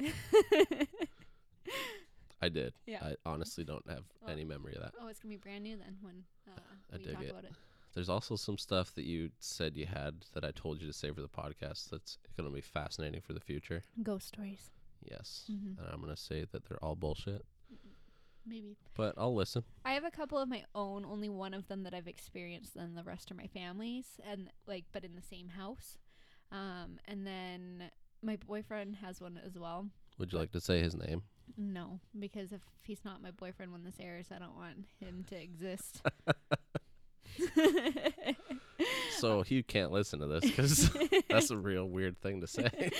B: I did.
A: Yeah.
B: I honestly don't have
A: Well-
B: any memory of that.
A: oh, it's gonna be brand new then when uh,
B: I
A: we
B: dig
A: talk
B: it.
A: about it.
B: There's also some stuff that you said you had that I told you to save for the podcast that's going to be fascinating for the future.
A: Ghost stories,
B: Yes.
A: Mhm.
B: And I'm going to say that they're all bullshit,
A: maybe.
B: but I'll listen.
A: I have a couple of my own, only one of them that I've experienced, and the rest are my family's, and like, but in the same house. Um, and then my boyfriend has one as well.
B: Would you like to say his name?
A: No, because if he's not my boyfriend when this airs, I don't want him to exist.
B: <laughs>
A: <laughs>
B: So he can't listen to this because <laughs> that's a real weird
A: <laughs>
B: thing to say. <laughs>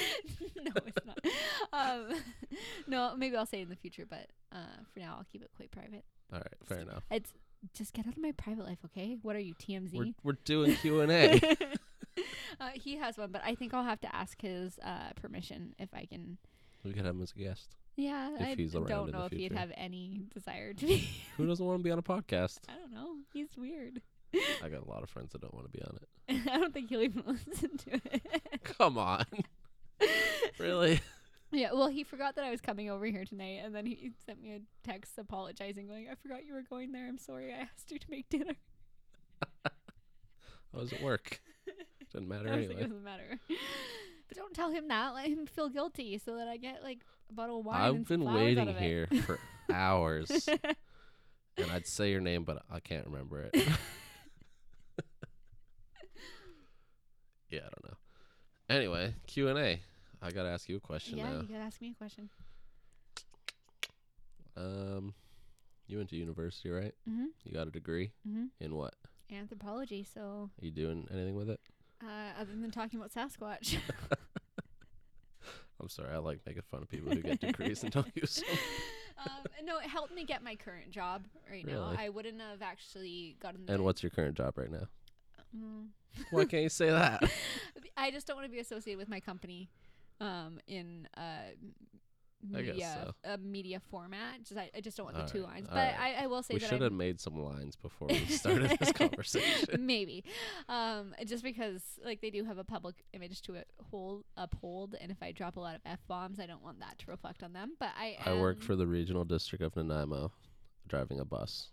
A: no, it's not. Um, <laughs> no, maybe I'll say in the future, but uh, for now I'll keep it quite private.
B: All right, fair enough.
A: It's just get out of my private life, okay? What are you, TMZ? <laughs>
B: We're we're doing Q and A.
A: uh, he has one, but I think I'll have to ask his uh, permission if I can.
B: We could have him as a guest.
A: Yeah,
B: If
A: I
B: he's around
A: don't
B: in the
A: know if he'd
B: future.
A: have any desire to be. <laughs>
B: Who doesn't want to be on a podcast?
A: I don't know. He's weird.
B: I got a lot of friends that don't want to be on it.
A: <laughs> I don't think he'll even <laughs> listen to it.
B: Come on, really? <laughs>
A: yeah, well, he forgot that I was coming over here tonight, and then he sent me a text apologizing, going, "I forgot you were going there. I'm sorry. I asked you to make dinner. <laughs>
B: I was at work. Doesn't matter
A: I was like, it
B: anyway.
A: doesn't matter." But don't tell him that. Let him feel guilty so that I get like a bottle of wine. and
B: I've
A: some
B: been
A: flowers out
B: waiting
A: of it. <laughs>
B: here for hours, and I'd say your name, but I can't remember
A: <laughs>
B: it. <laughs> yeah, I don't know. Anyway, Q and A. I gotta ask you a question
A: Yeah,
B: now.
A: you could ask me a question.
B: Um, you went to university, right?
A: Mm-hmm.
B: You got a degree
A: Mm-hmm.
B: in what?
A: Anthropology. So
B: Are you doing anything with it?
A: uh, other than talking about
B: <laughs>
A: Sasquatch,
B: I'm sorry, I like making fun of people who get degrees and don't
A: <laughs>
B: use them.
A: um, no, it helped me get my current job right now.
B: Really?
A: I wouldn't have actually gotten. the-
B: And what's your current job right now?
A: Mm.
B: Why can't you say that?
A: <laughs> I just don't want to be associated with my company um, in uh, m-
B: I guess
A: media a media format. Just I, I just don't want the two
B: Alright,
A: lines. But
B: alright.
A: I, I will say
B: we
A: that
B: should
A: I'm
B: have made some lines before we started
A: <laughs>
B: this conversation.
A: maybe um just because like they do have a public image to it hold uphold and if i drop a lot of f-bombs i don't want that to reflect on them but i
B: I work
A: am-
B: for the regional district of Nanaimo, driving a bus.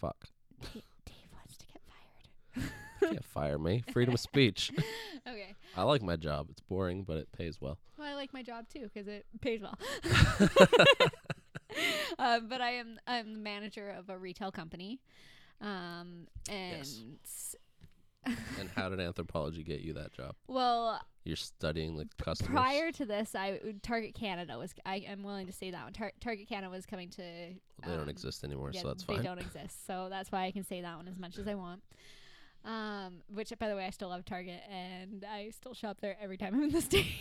B: Fuck.
A: Da- dave wants to get fired
B: You
A: <laughs>
B: can't fire me. Freedom of speech.
A: okay
B: I like my job. It's boring, but it pays well.
A: well i like my job too because it pays
B: <laughs>
A: well <laughs> um, but i am i'm the manager of a retail company um and
B: Yes. And how did anthropology get you that job?
A: well
B: You're studying the customers.
A: prior to this i target canada was i am willing to say that one Tar- target canada was coming to
B: they don't
A: um,
B: exist anymore,
A: Yeah,
B: so that's
A: they
B: fine.
A: don't exist. So that's why I can say that one as much as I want. Um, which by the way, I still love Target and I still shop there every time I'm in the <laughs> states.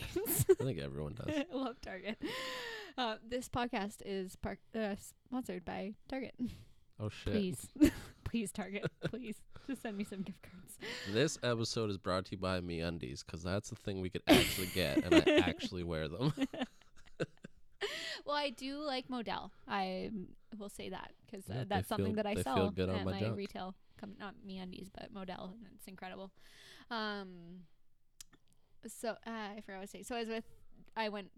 B: I think
A: <laughs>
B: everyone does. <laughs>
A: I love Target. Uh, this podcast is par- uh, sponsored by Target.
B: Oh shit.
A: Please, <laughs> please Target, please just send me some gift cards.
B: This episode is brought to you by MeUndies because that's the thing we could actually get, and
A: <laughs>
B: I actually wear them.
A: Well, I do like Model. I will say that because uh,
B: Yeah, they
A: that's something
B: feel-
A: that I
B: they feel
A: sell
B: good on
A: at
B: my
A: my
B: junk.
A: retail company, not me undies, but Model, and it's incredible. Um, so uh, I forgot what to say. So I was with, I went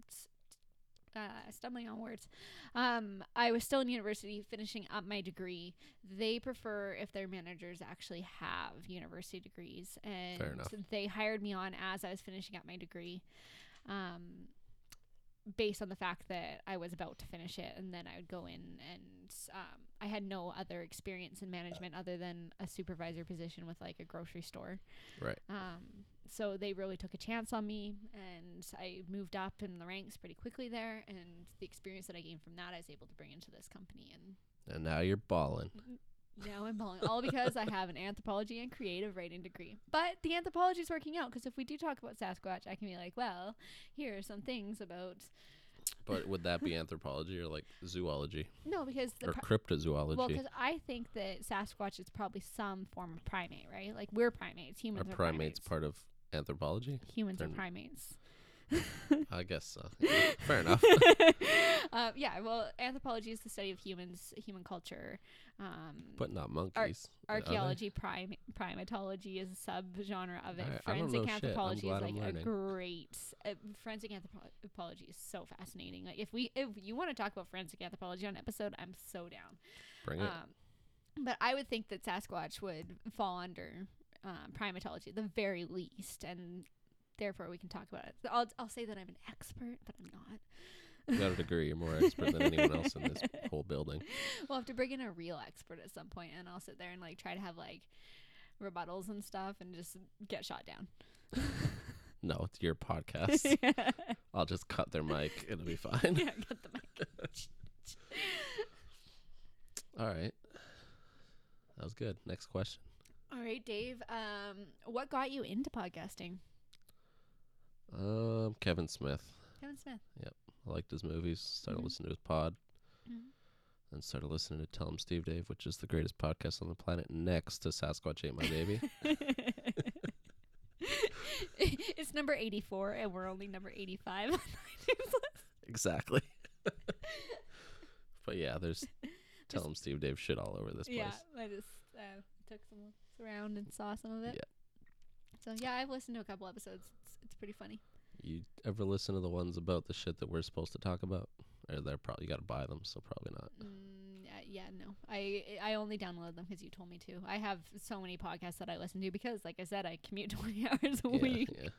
A: uh, stumbling on words. Um, I was still in university finishing up my degree. They prefer if their managers actually have university degrees, and
B: enough.
A: they hired me on as I was finishing up my degree. Um, based on the fact that I was about to finish it, and then I would go in and um, I had no other experience in management other than a supervisor position with like a grocery store.
B: Right.
A: Um, so they really took a chance on me, and I moved up in the ranks pretty quickly there. And the experience that I gained from that, I was able to bring into this company, and
B: And now you're balling.
A: now I'm balling all because I have an anthropology and creative writing degree. But the anthropology is working out because if we do talk about Sasquatch, I can be like, well, here are some things about
B: But would that be anthropology or like zoology
A: no, because the
B: or
A: pri-
B: cryptozoology
A: Well, because I think that Sasquatch is probably some form of primate, right? Like we're primates.
B: are
A: Humans are,
B: primates part of
A: <laughs>
B: anthropology?
A: Humans are
B: They're-
A: primates.
B: I guess so. Yeah,
A: <laughs>
B: Fair enough.
A: um, yeah. Well, anthropology is the study of humans, human culture. Um,
B: But not monkeys. are they?
A: archaeology, prime, primatology is a subgenre of it.
B: I- I
A: forensic
B: don't know shit. I'm
A: anthropology
B: glad
A: is
B: I'm
A: like a
B: learning.
A: great. Uh, forensic anthropology is so fascinating. Like if we, if you want to talk about forensic anthropology on episode, I'm so down.
B: Bring it.
A: Um, but I would think that Sasquatch would fall under um, primatology at the very least, and therefore we can talk about it. I'll, I'll say that I'm an expert, but I'm not.
B: You got a degree. You're more expert than anyone else
A: <laughs>
B: in this whole building.
A: We'll have to bring in a real expert at some point, and I'll sit there and like try to have like rebuttals and stuff, and just get shot <laughs> down.
B: No, it's
A: <laughs>
B: your podcast.
A: yeah,
B: I'll just cut their mic. It'll
A: <laughs>
B: be fine.
A: get the mic.
B: All right. That was good. Next question.
A: All right, Dave. Um, what got you into podcasting?
B: Um, Kevin Smith.
A: Kevin <laughs> Smith.
B: I liked his movies. Started
A: Mhm.
B: listening to his pod.
A: Mhm.
B: And started listening to Tell 'em Steve Dave, which is the greatest podcast on the planet, next to Sasquatch Ate My Baby.
A: it's number 84 and we're only number 85 on iTunes.
B: exactly. <laughs> but yeah, there's Tell 'em Steve Dave shit all over this
A: yeah
B: place.
A: i just uh, took some looks around and saw some of it so yeah i've listened to a couple episodes it's, it's pretty funny
B: You ever listen to the ones about the shit that we're supposed to talk about? Or they're probably you got to buy them, so probably not.
A: <laughs> mm, uh, yeah no i i only download them because you told me to i have so many podcasts that i listen to because like i said i commute <laughs> 20 hours a
B: Yeah,
A: week
B: yeah.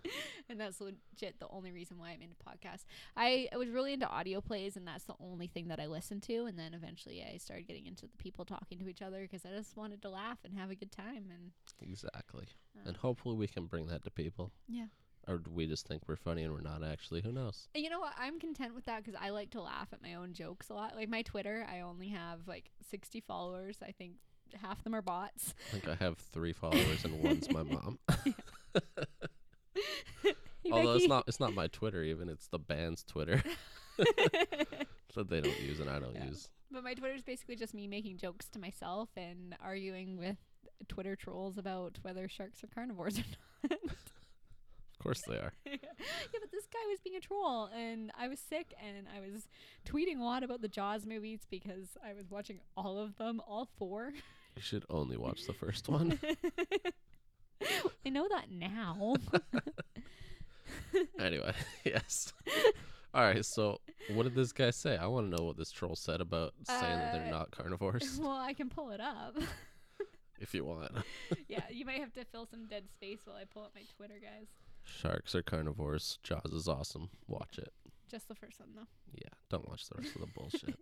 A: and that's legit the only reason why i'm into podcasts I, I was really into audio plays and that's the only thing that i listened to and then eventually i started getting into the people talking to each other because i just wanted to laugh and have a good time and
B: Exactly.
A: uh,
B: And hopefully we can bring that to people.
A: Yeah.
B: or do we just think we're funny and we're not actually? Who knows?
A: And You know what? I'm content with that because I like to laugh at my own jokes a lot. Like my Twitter, I only have like 60 followers. I think half them are bots. <laughs>
B: I think I have three followers and one's my mom.
A: Hey,
B: Although it's
A: Becky.
B: not it's not my Twitter even, it's the band's Twitter <laughs>
A: <laughs>
B: that they don't use and I don't
A: Yeah.
B: use.
A: but my Twitter is basically just me making jokes to myself and arguing with Twitter trolls about whether sharks are carnivores or <laughs> not.
B: Of course they are.
A: yeah, but this guy was being a troll, and I was sick, and I was tweeting a lot about the Jaws movies because I was watching all of them, all four.
B: You should only watch the first one.
A: I know that now.
B: anyway, <laughs> yes. All right, so what did this guy say? I want to know what this troll said about saying that they're
A: Uh, <laughs>
B: not carnivores.
A: well, I can pull it up.
B: if you want,
A: yeah, you might have to fill some dead space while I pull up my Twitter, guys.
B: sharks are carnivores. Jaws is awesome. Watch it.
A: Just the first one, though.
B: Yeah, don't watch the rest of the bullshit.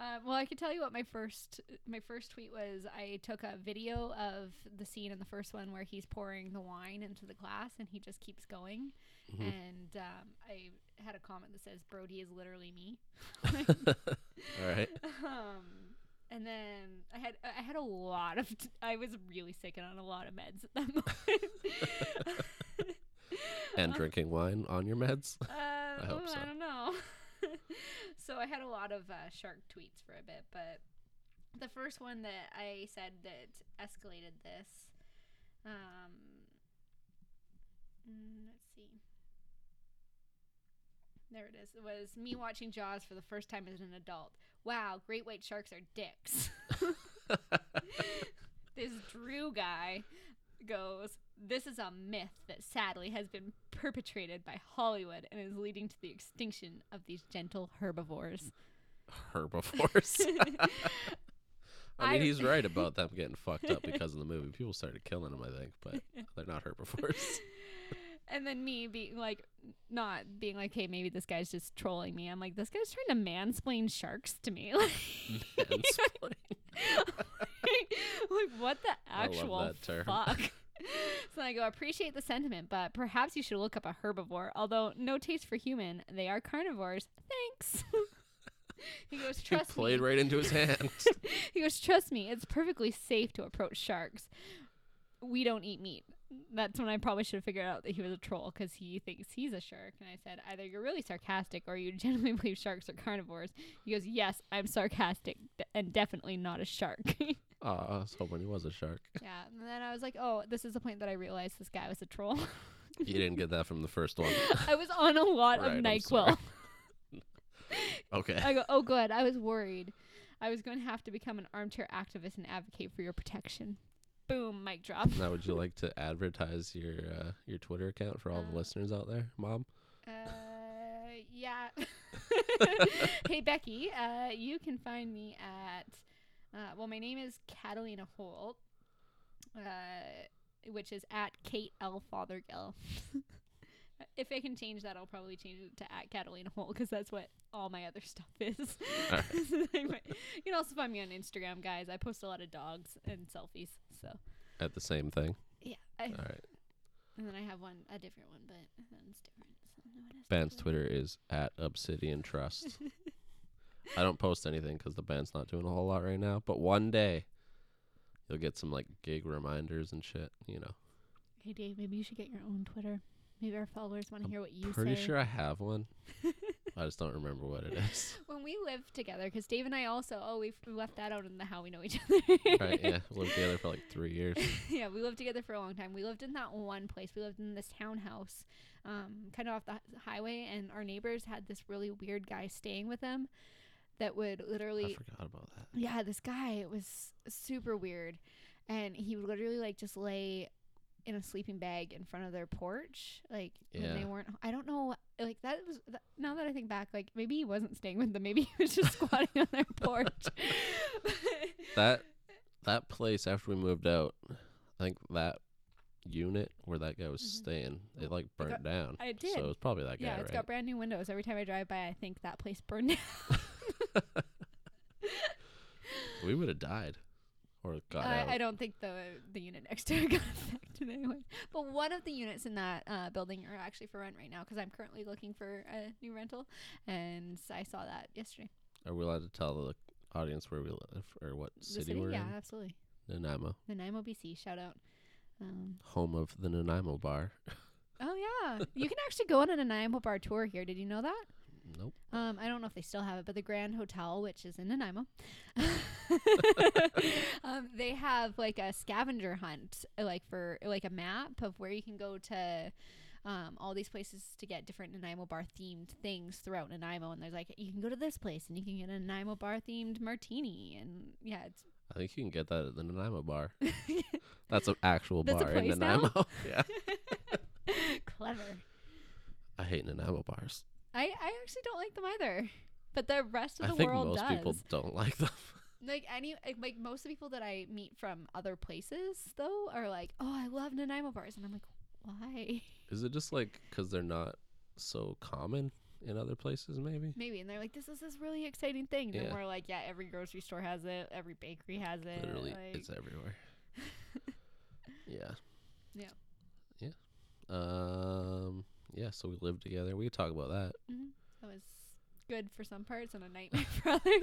A: Uh, well, I could tell you what my first my first tweet was. I took a video of the scene in the first one where he's pouring the wine into the glass, and he just keeps going.
B: Mhm.
A: And um, I had a comment that says, "Brody is literally me."
B: <laughs>
A: <laughs>
B: All right.
A: um, and then I had I had a lot of t- I was really sick and on a lot of meds at that <laughs> moment. <laughs>
B: And drinking wine on your meds. <laughs>
A: Uh, I,
B: hope so.
A: I don't know. <laughs> so I had a lot of uh, shark tweets for a bit, but the first one that I said that escalated this, um, mm, let's see. There it is. It was me watching Jaws for the first time as an adult. Wow, great white sharks are dicks. <laughs> this Drew guy goes, This is a myth that sadly has been perpetrated by Hollywood and is leading to the extinction of these gentle herbivores.
B: Herbivores. I
A: I-
B: mean, he's right about them getting fucked up because of the movie. People started killing them, I think, but they're
A: <laughs>
B: not herbivores.
A: <laughs> and then me being like, not being like, hey, maybe this guy's just trolling me. I'm like, this guy's trying to mansplain sharks to me. <laughs> Like,
B: Mansplain.
A: <laughs> like what the
B: I love
A: actual
B: that term. <laughs>
A: fuck? so I go, appreciate the sentiment, but perhaps you should look up a herbivore. Although no taste for human, they are carnivores. Thanks. <laughs> he
B: <laughs>
A: goes,
B: He
A: trust me.
B: played right into his hand.
A: <laughs> He goes, trust me, it's perfectly safe to approach sharks. We don't eat meat. That's when I probably should have figured out that he was a troll because he thinks he's a shark. And I said, either you're really sarcastic or you <laughs> genuinely believe sharks are carnivores. He goes, yes, I'm sarcastic d- and definitely not a shark.
B: <laughs>
A: <laughs>
B: Aw, I was hoping he was a shark.
A: yeah. And then I was like, oh, this is the point that I realized this guy was a
B: <laughs>
A: troll. <laughs>
B: You didn't get that from the first one.
A: I was on a lot
B: Right,
A: of
B: I'm
A: NyQuil.
B: <laughs> Okay.
A: <laughs> I go, oh, good. I was worried. I was going to have to become an armchair activist and advocate for your protection. Boom, mic drop.
B: Now, would you like to advertise your uh, your Twitter account for all the
A: Uh,
B: listeners out there, Mom?
A: Uh,
B: <laughs>
A: yeah. <laughs> hey Becky, uh, you can find me at uh, well, my name is Catalina Holt, uh, which is at Kate L Fothergill. <laughs> if I can change that, I'll probably change it to at Catalina Holt because that's what all my other stuff is. <laughs> Anyway, you can also find me on Instagram, guys. I post a lot of dogs and selfies. So
B: At the same thing.
A: yeah, I,
B: All right.
A: and then I have one a different one, but that one's different. So no one has to
B: Band's
A: do it.
B: Twitter is at Obsidian
A: <laughs>
B: Trust. I don't post anything because the band's not doing a whole lot right now. But one day, you'll get some like gig reminders and shit. You know,
A: Hey Dave, maybe you should get your own Twitter. Maybe our followers want to
B: I'm
A: hear what you
B: pretty
A: say.
B: sure I have
A: <laughs>
B: one. I just don't remember what it is.
A: When we lived together, because Dave and I also, oh, we we left that out in the how we know each other.
B: right? Yeah, we lived together for like three years.
A: <laughs> yeah, we lived together for a long time. We lived in that one place. We lived in this townhouse, um, kind of off the h- highway, and our neighbors had this really weird guy staying with them that would
B: I
A: literally
B: forgot about that.
A: yeah, this guy it was super weird, and he would literally like just lay in a sleeping bag in front of their porch, like when they
B: Yeah.
A: weren't. I don't know, like that was that, now that I think back, like maybe he wasn't staying with them, <laughs> maybe he was just squatting on
B: <laughs>
A: their porch.
B: That that place after we moved out, I think that unit where that guy was
A: Mhm.
B: staying, it like
A: got-
B: burnt down.
A: <laughs> I
B: So
A: did.
B: it was probably that guy,
A: yeah, it's
B: right?
A: got brand new windows. Every time I drive by, I think that place burned down.
B: we would have died or got
A: I,
B: out.
A: I don't think the the unit next to it <laughs> got affected. it anyway. But one of the units in that uh, building are actually for rent right now because I'm currently looking for a new rental, and s- I saw that yesterday.
B: Are we allowed to tell the audience where we live or what
A: The
B: city, we're
A: yeah, absolutely.
B: in? Nanaimo,
A: Nanaimo, BC. Shout out.
B: <laughs>
A: Um,
B: home of the Nanaimo
A: <laughs>
B: bar.
A: oh yeah, you can actually go on a Nanaimo bar tour here. Did you know that?
B: Nope.
A: Um, I don't know if they still have it, but the Grand Hotel, which is in Nanaimo, um, they have like a scavenger hunt, uh, like for like a map of where you can go to um, all these places to get different Nanaimo bar themed things throughout Nanaimo. And there's like you can go to this place and you can get a Nanaimo bar themed martini, and yeah, it's
B: I think you can get that at the Nanaimo bar. That's an actual
A: That's a
B: bar in
A: place now?
B: Nanaimo. <laughs> yeah.
A: <laughs> clever.
B: I hate Nanaimo bars.
A: I I actually don't like them either, but the rest of
B: I
A: the
B: think
A: world
B: most
A: does.
B: people don't like them.
A: Like any like- like most of the people that I meet from other places though are like, "Oh, I love Nanaimo bars." And I'm like, "Why?" <laughs>
B: Is it just like because they're not so common in other places? Maybe.
A: Maybe and they're like, "This is this really exciting thing." And
B: Yeah.
A: then we're like, "Yeah, every grocery store has it, every bakery has it."
B: Literally,
A: like- <laughs>
B: it's everywhere. yeah.
A: Yeah.
B: Yeah. Um. Yeah. So we lived together. We could talk about that.
A: Mhm. That was good for some parts and a nightmare <laughs> for others.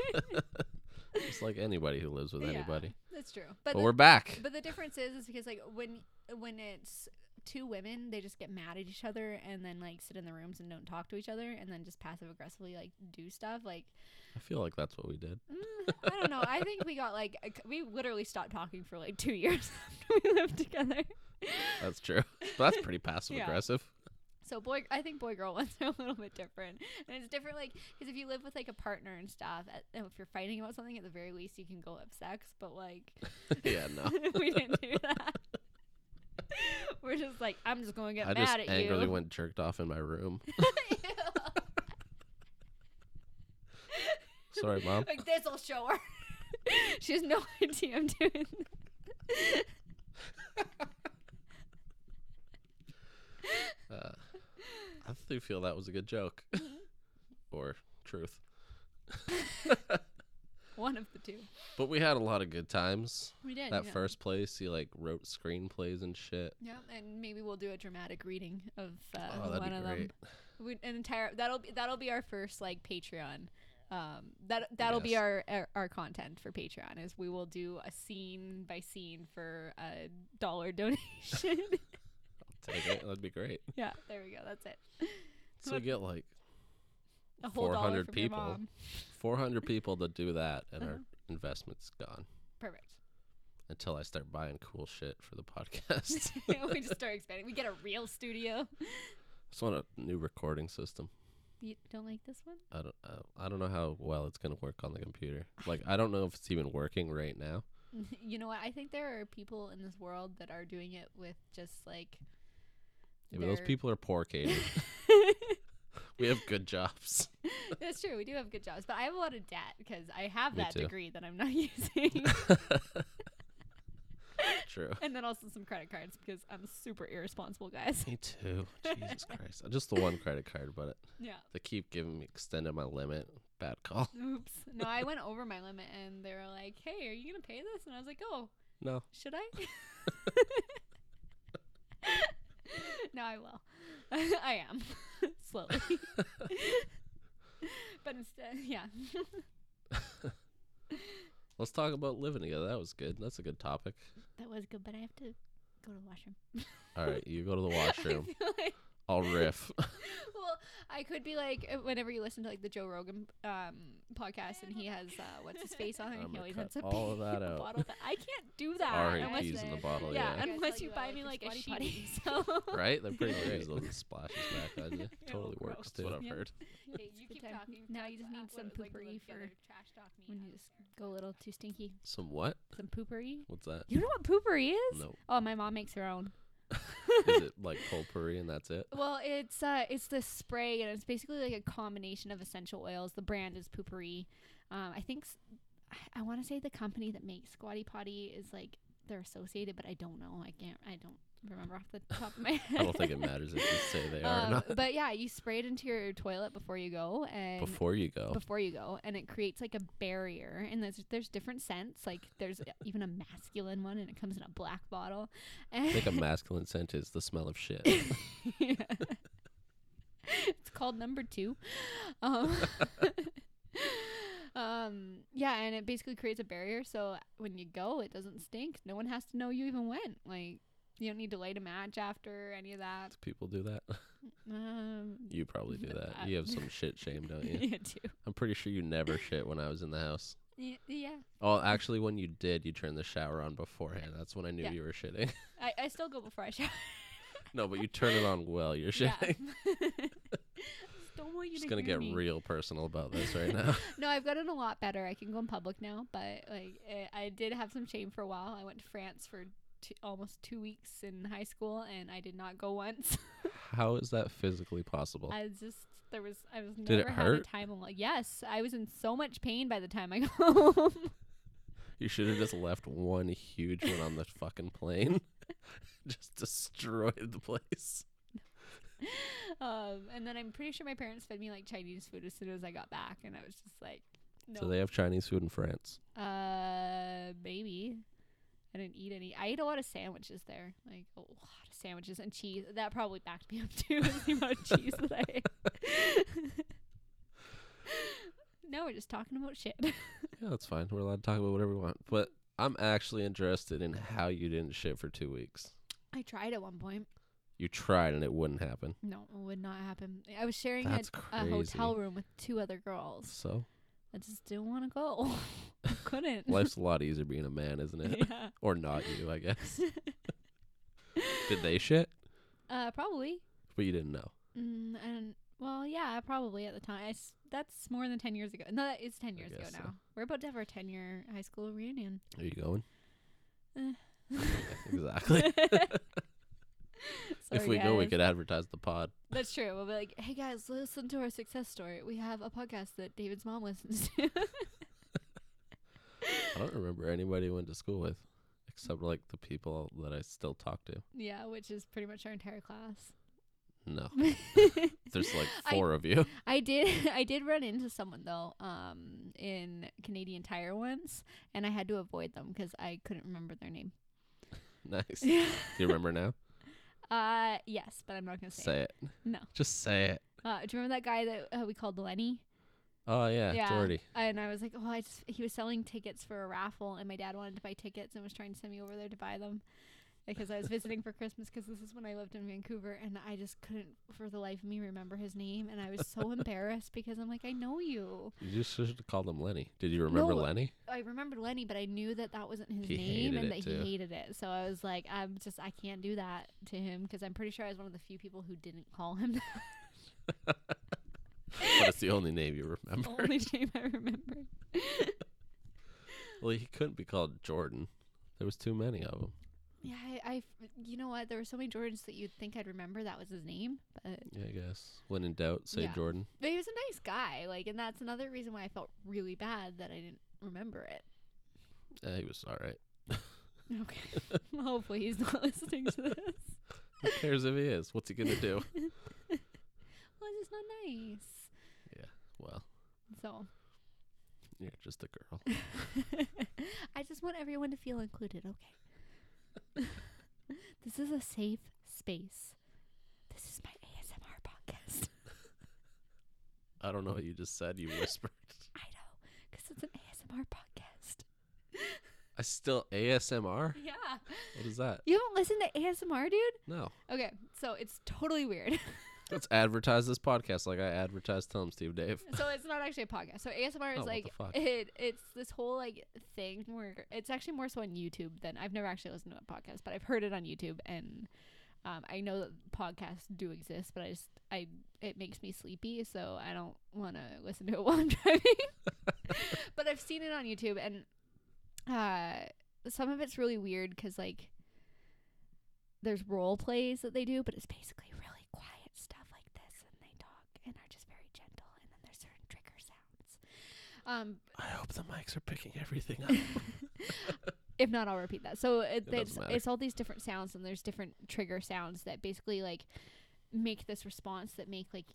B: It's like anybody who lives <laughs> with
A: Yeah,
B: anybody.
A: That's true.
B: But,
A: But the,
B: we're back.
A: but the difference is is because like when when it's two women, they just get mad at each other and then like sit in the rooms and don't talk to each other and then just passive aggressively like do stuff like
B: I feel like that's what we did.
A: Mm, I don't know. I think we got like a c- we literally stopped talking for like two years <laughs> after we lived together.
B: That's true. <laughs> But Uh, that's pretty passive
A: Yeah.
B: aggressive.
A: <laughs>
B: <laughs>
A: So boy, I think boy girl <laughs> ones are a little bit different, and it's different like because if you live with like a partner and stuff, at, and if you're fighting about something, at the very least you can go have sex. But
B: <laughs>
A: like, <laughs>
B: yeah. No.
A: we didn't do that. <laughs> We're just like, I'm just gonna get
B: I
A: mad
B: just
A: at
B: angrily
A: you.
B: went jerked off in
A: <laughs>
B: my room. Sorry,
A: <laughs>
B: mom.
A: like this'll show her. <laughs> she has no <laughs> idea I'm doing. <laughs> That.
B: Uh, I do feel that was a good joke, <laughs> or truth.
A: One of the two.
B: But we had a lot of good times.
A: We did
B: That
A: yeah.
B: first place, he like wrote screenplays and shit.
A: Yeah, and maybe we'll do a dramatic reading of uh,
B: oh, that'd
A: one
B: be
A: of
B: great.
A: them. We, an entire that'll be that'll be our first like Patreon. Um, that that'll be
B: Yes.
A: our, our our content for Patreon is we will do a scene by scene for a dollar <laughs> donation.
B: Take it. That'd
A: <laughs>
B: be great.
A: yeah, there we go. That's it.
B: So we get like
A: A whole dollar
B: 400
A: from
B: people.
A: your mom.
B: 400 people to do that, and our
A: Uh-huh.
B: investment's gone
A: Perfect. <laughs>
B: until I start buying cool shit for the
A: <laughs>
B: podcast.
A: we just start expanding. We get a real studio.
B: just want a new recording system.
A: You don't like this one?
B: I don't. Uh, I don't know how well it's gonna work on the computer. Like I don't know if it's even working right now.
A: <laughs> you know what? I think there are people in this world that are doing it with just like.
B: Yeah, but those
A: their-
B: people are poor, Katie.
A: <laughs>
B: we have good jobs. <laughs>
A: That's true. We do have good jobs, but I have a lot of debt because I have
B: Me
A: that
B: too.
A: degree that I'm not <laughs> using,
B: True.
A: and then also some credit cards because I'm super irresponsible, guys. <laughs>
B: Me too. Jesus Christ. Just the one credit card, but
A: Yeah.
B: they keep giving me extended my limit. Bad call.
A: Oops. No, I went over my limit, and they were like, "Hey, are you gonna pay this?" And I was like, "Oh,
B: No.
A: should I?" <laughs> no, I will. <laughs> I am <laughs>
B: <laughs>
A: slowly, but instead, yeah. <laughs>
B: Let's talk about living together. That was good. That's a good topic.
A: That was good, but I have to go to the washroom.
B: All right, you go to the washroom.
A: I feel like
B: I'll riff. <laughs>
A: well, I could be like uh, whenever you listen to like the Joe Rogan um, podcast and he has uh, what's his face on,
B: I'm
A: and he
B: gonna
A: always
B: cut
A: ends up
B: all of
A: peeing
B: that
A: in <laughs> a
B: out.
A: bottle. But I can't
B: <laughs>
A: do that unless,
B: R.I.P.s in the
A: yeah,
B: bottle. Yeah.
A: unless you
C: uh,
A: buy me like a sheet. <laughs>
C: <laughs>
A: So
B: Right? They're pretty hilarious. Those splashes back on you. Totally
A: gross.
B: works too.
C: what
A: I've Yep. heard.
C: Okay, you keep talking.
A: Now
C: I'll
A: you
C: go-
A: just need
C: I'll go-
A: some
C: like, look
A: poopery
C: together,
A: for-
C: trash talk me.
A: when
C: I'll
A: you just
C: just care.
A: go a little too stinky,
B: Some what?
A: some poopery.
B: What's that?
A: You know what poopery is?
B: No.
A: Oh, my mom makes her own.
B: Is it like potpourri and that's it?
A: Well, it's uh, it's this spray, and it's basically like a combination of essential oils. The brand is Poopery. Um, I think s- I- I want to say the company that makes Squatty Potty is like they're associated, but I don't know. I can't. I don't remember off the top of my head.
B: <laughs> I don't think it matters if you say they
A: <laughs>
B: are or
A: Um,
B: not.
A: But yeah, you spray it into your toilet before you go, and
B: Before you go,
A: before you go and it creates like a barrier and there's there's different scents like there's e, even a masculine one and it comes in a black bottle
B: I think a
A: and
B: masculine scent is the smell of shit.
A: <laughs> it's called number two um, <laughs> um yeah and it basically creates a barrier so when you go it doesn't stink no one has to know you even went like you don't need to light a match after any of that
B: Do people do that?
A: um
B: You probably do
A: I-
B: that. You have some shit shame, don't you?
A: <laughs> yeah too
B: I'm pretty sure you never shit when I was in the house.
A: Y- yeah
B: Oh, actually, when you did, you turned the shower on beforehand. That's when I knew
A: Yeah.
B: you were shitting. <laughs>
A: I, I still go before i shower <laughs>
B: no, but you turn it on while you're
A: Yeah. <laughs>
B: shitting.
A: Just don't want you
B: Just
A: to
B: gonna
A: hear
B: get
A: me.
B: real personal about this
A: <laughs>
B: right now.
A: No, I've gotten a lot better. I can go in public now, but like eh, I- I did have some shame for a while. I went to France for two, almost two weeks in high school, and I did not go once. <laughs>
B: How is that physically possible?
A: I just there was I was
B: Did it
A: never had a
B: hurt?
A: time. al- Yes, I was in so much pain by the time I <laughs> got home.
B: You should have just left one huge one on the fucking plane. <laughs> just destroyed the place.
A: um, and then I'm pretty sure my parents fed me like Chinese food as soon as I got back, and I was just like, no,
B: So they have Chinese food in France.
A: Uh, maybe. I didn't eat any. I ate a lot of sandwiches there, like a lot of sandwiches and cheese. That probably backed me up <laughs> too. is the amount of cheese that I ate. <laughs> no, we're just talking about shit. <laughs>
B: Yeah, that's fine. We're allowed to talk about whatever we want. But I'm actually interested in how you didn't shit for two weeks.
A: I tried at one point.
B: You tried and it wouldn't happen.
A: No, it would not happen. I was sharing a,
B: That's
A: a hotel
B: crazy.
A: room with two other girls.
B: So
A: I just didn't want to go. <laughs> I couldn't.
B: life's a lot easier being a man, isn't it?
A: <laughs> yeah.
B: or not you, I guess. Did they shit?
A: Uh, probably.
B: But you didn't know.
A: Mm, and well, yeah, probably at the time. I s that's more than ten years ago. No, that is ten
B: I
A: years ago
B: guess so.
A: now. We're about to have our ten-year high school
B: <laughs>
A: reunion. <laughs>
B: Are you going?
A: Eh.
B: exactly.
A: <laughs>
B: <laughs> if
A: Sorry,
B: we go, we
A: guys.
B: could advertise the pod.
A: That's true. We'll be like, hey guys, listen to our success story. We have a podcast that David's mom listens
B: <laughs>
A: to. <laughs>
B: I don't remember anybody I went to school with, except like the people that I still talk to.
A: yeah, which is pretty much our entire class. <laughs>
B: No, there's like
A: I-
B: four of you. <laughs>
A: I did <laughs> I did run into someone though um in Canadian Tire once and I had to avoid them cuz I couldn't remember their name.
B: Nice. Do you
A: <laughs>
B: remember now?
A: uh yes, but I'm not going to say it.
B: Say it.
A: No.
B: Just say it.
A: Uh, do you remember that guy that uh, we called Lenny?
B: Oh yeah,
A: Yeah.
B: Jordy.
A: And I was like, oh, I just, he was selling tickets for a raffle, and my dad wanted to buy tickets and was trying to send me over there to buy them because I was visiting for Christmas because this is when I lived in Vancouver, and I just couldn't for the life of me remember his name, and I was so embarrassed because I'm like, I know you.
B: You just should have called him Lenny. Did you remember
A: No, <laughs>
B: Lenny?
A: I remembered Lenny, but I knew that that wasn't his
B: He
A: name
B: hated
A: and
B: it
A: that
B: too.
A: he hated it. So I was like, I'm just, I can't do that to him because I'm pretty sure I was one of the few people who didn't call him <laughs>
B: <laughs>
A: that
B: But it's the only name you remember.
A: only name I remembered.
B: Well, he couldn't be called Jordan. There was too many of them.
A: Yeah, I, I, you know what? There were so many Jordans that you'd think I'd remember that was his name, but,
B: Yeah, I guess. When in doubt, say
A: Yeah.
B: Jordan.
A: but he was a nice guy. Like, and that's another reason why I felt really bad that I didn't remember it.
B: Yeah, Uh, he was all right. <laughs>
A: Okay, <laughs> hopefully he's not listening to this. Well,
B: Who cares if he is? What's he gonna
A: <laughs>
B: do?
A: it's just not nice.
B: well,
A: So,
B: you're just a girl.
A: <laughs> I just want everyone to feel included. Okay, <laughs> this is a safe space. This is my ASMR podcast. <laughs>
B: I don't know what you just said. You whispered.
A: I know, because it's an ASMR podcast.
B: <laughs> I still ASMR.
A: Yeah,
B: What is that?
A: <laughs> you haven't listened to ASMR, dude.
B: No,
A: Okay, so it's totally weird.
B: let's advertise this podcast like I advertised. Tell him Steve Dave.
A: so it's not actually a podcast. So ASMR
B: Oh,
A: is
B: what
A: like
B: the fuck?
A: it. It's this whole like thing where it's actually more so on YouTube than I've never actually listened to a podcast, but I've heard it on YouTube, and um, I know that podcasts do exist, but I just I it makes me sleepy, so I don't want to listen to it <laughs> while I'm driving.
B: <laughs>
A: but I've seen it on YouTube, and uh, some of it's really weird because like there's role plays that they do, but it's basically really quiet stuff like this, and they talk and are just very gentle, and then there's certain trigger sounds. Um,
B: I hope the mics are picking everything up.
A: If not, I'll repeat that. So it,
B: doesn't
A: it's,
B: matter.
A: it's all these different sounds, and there's different trigger sounds that basically like make this response that make like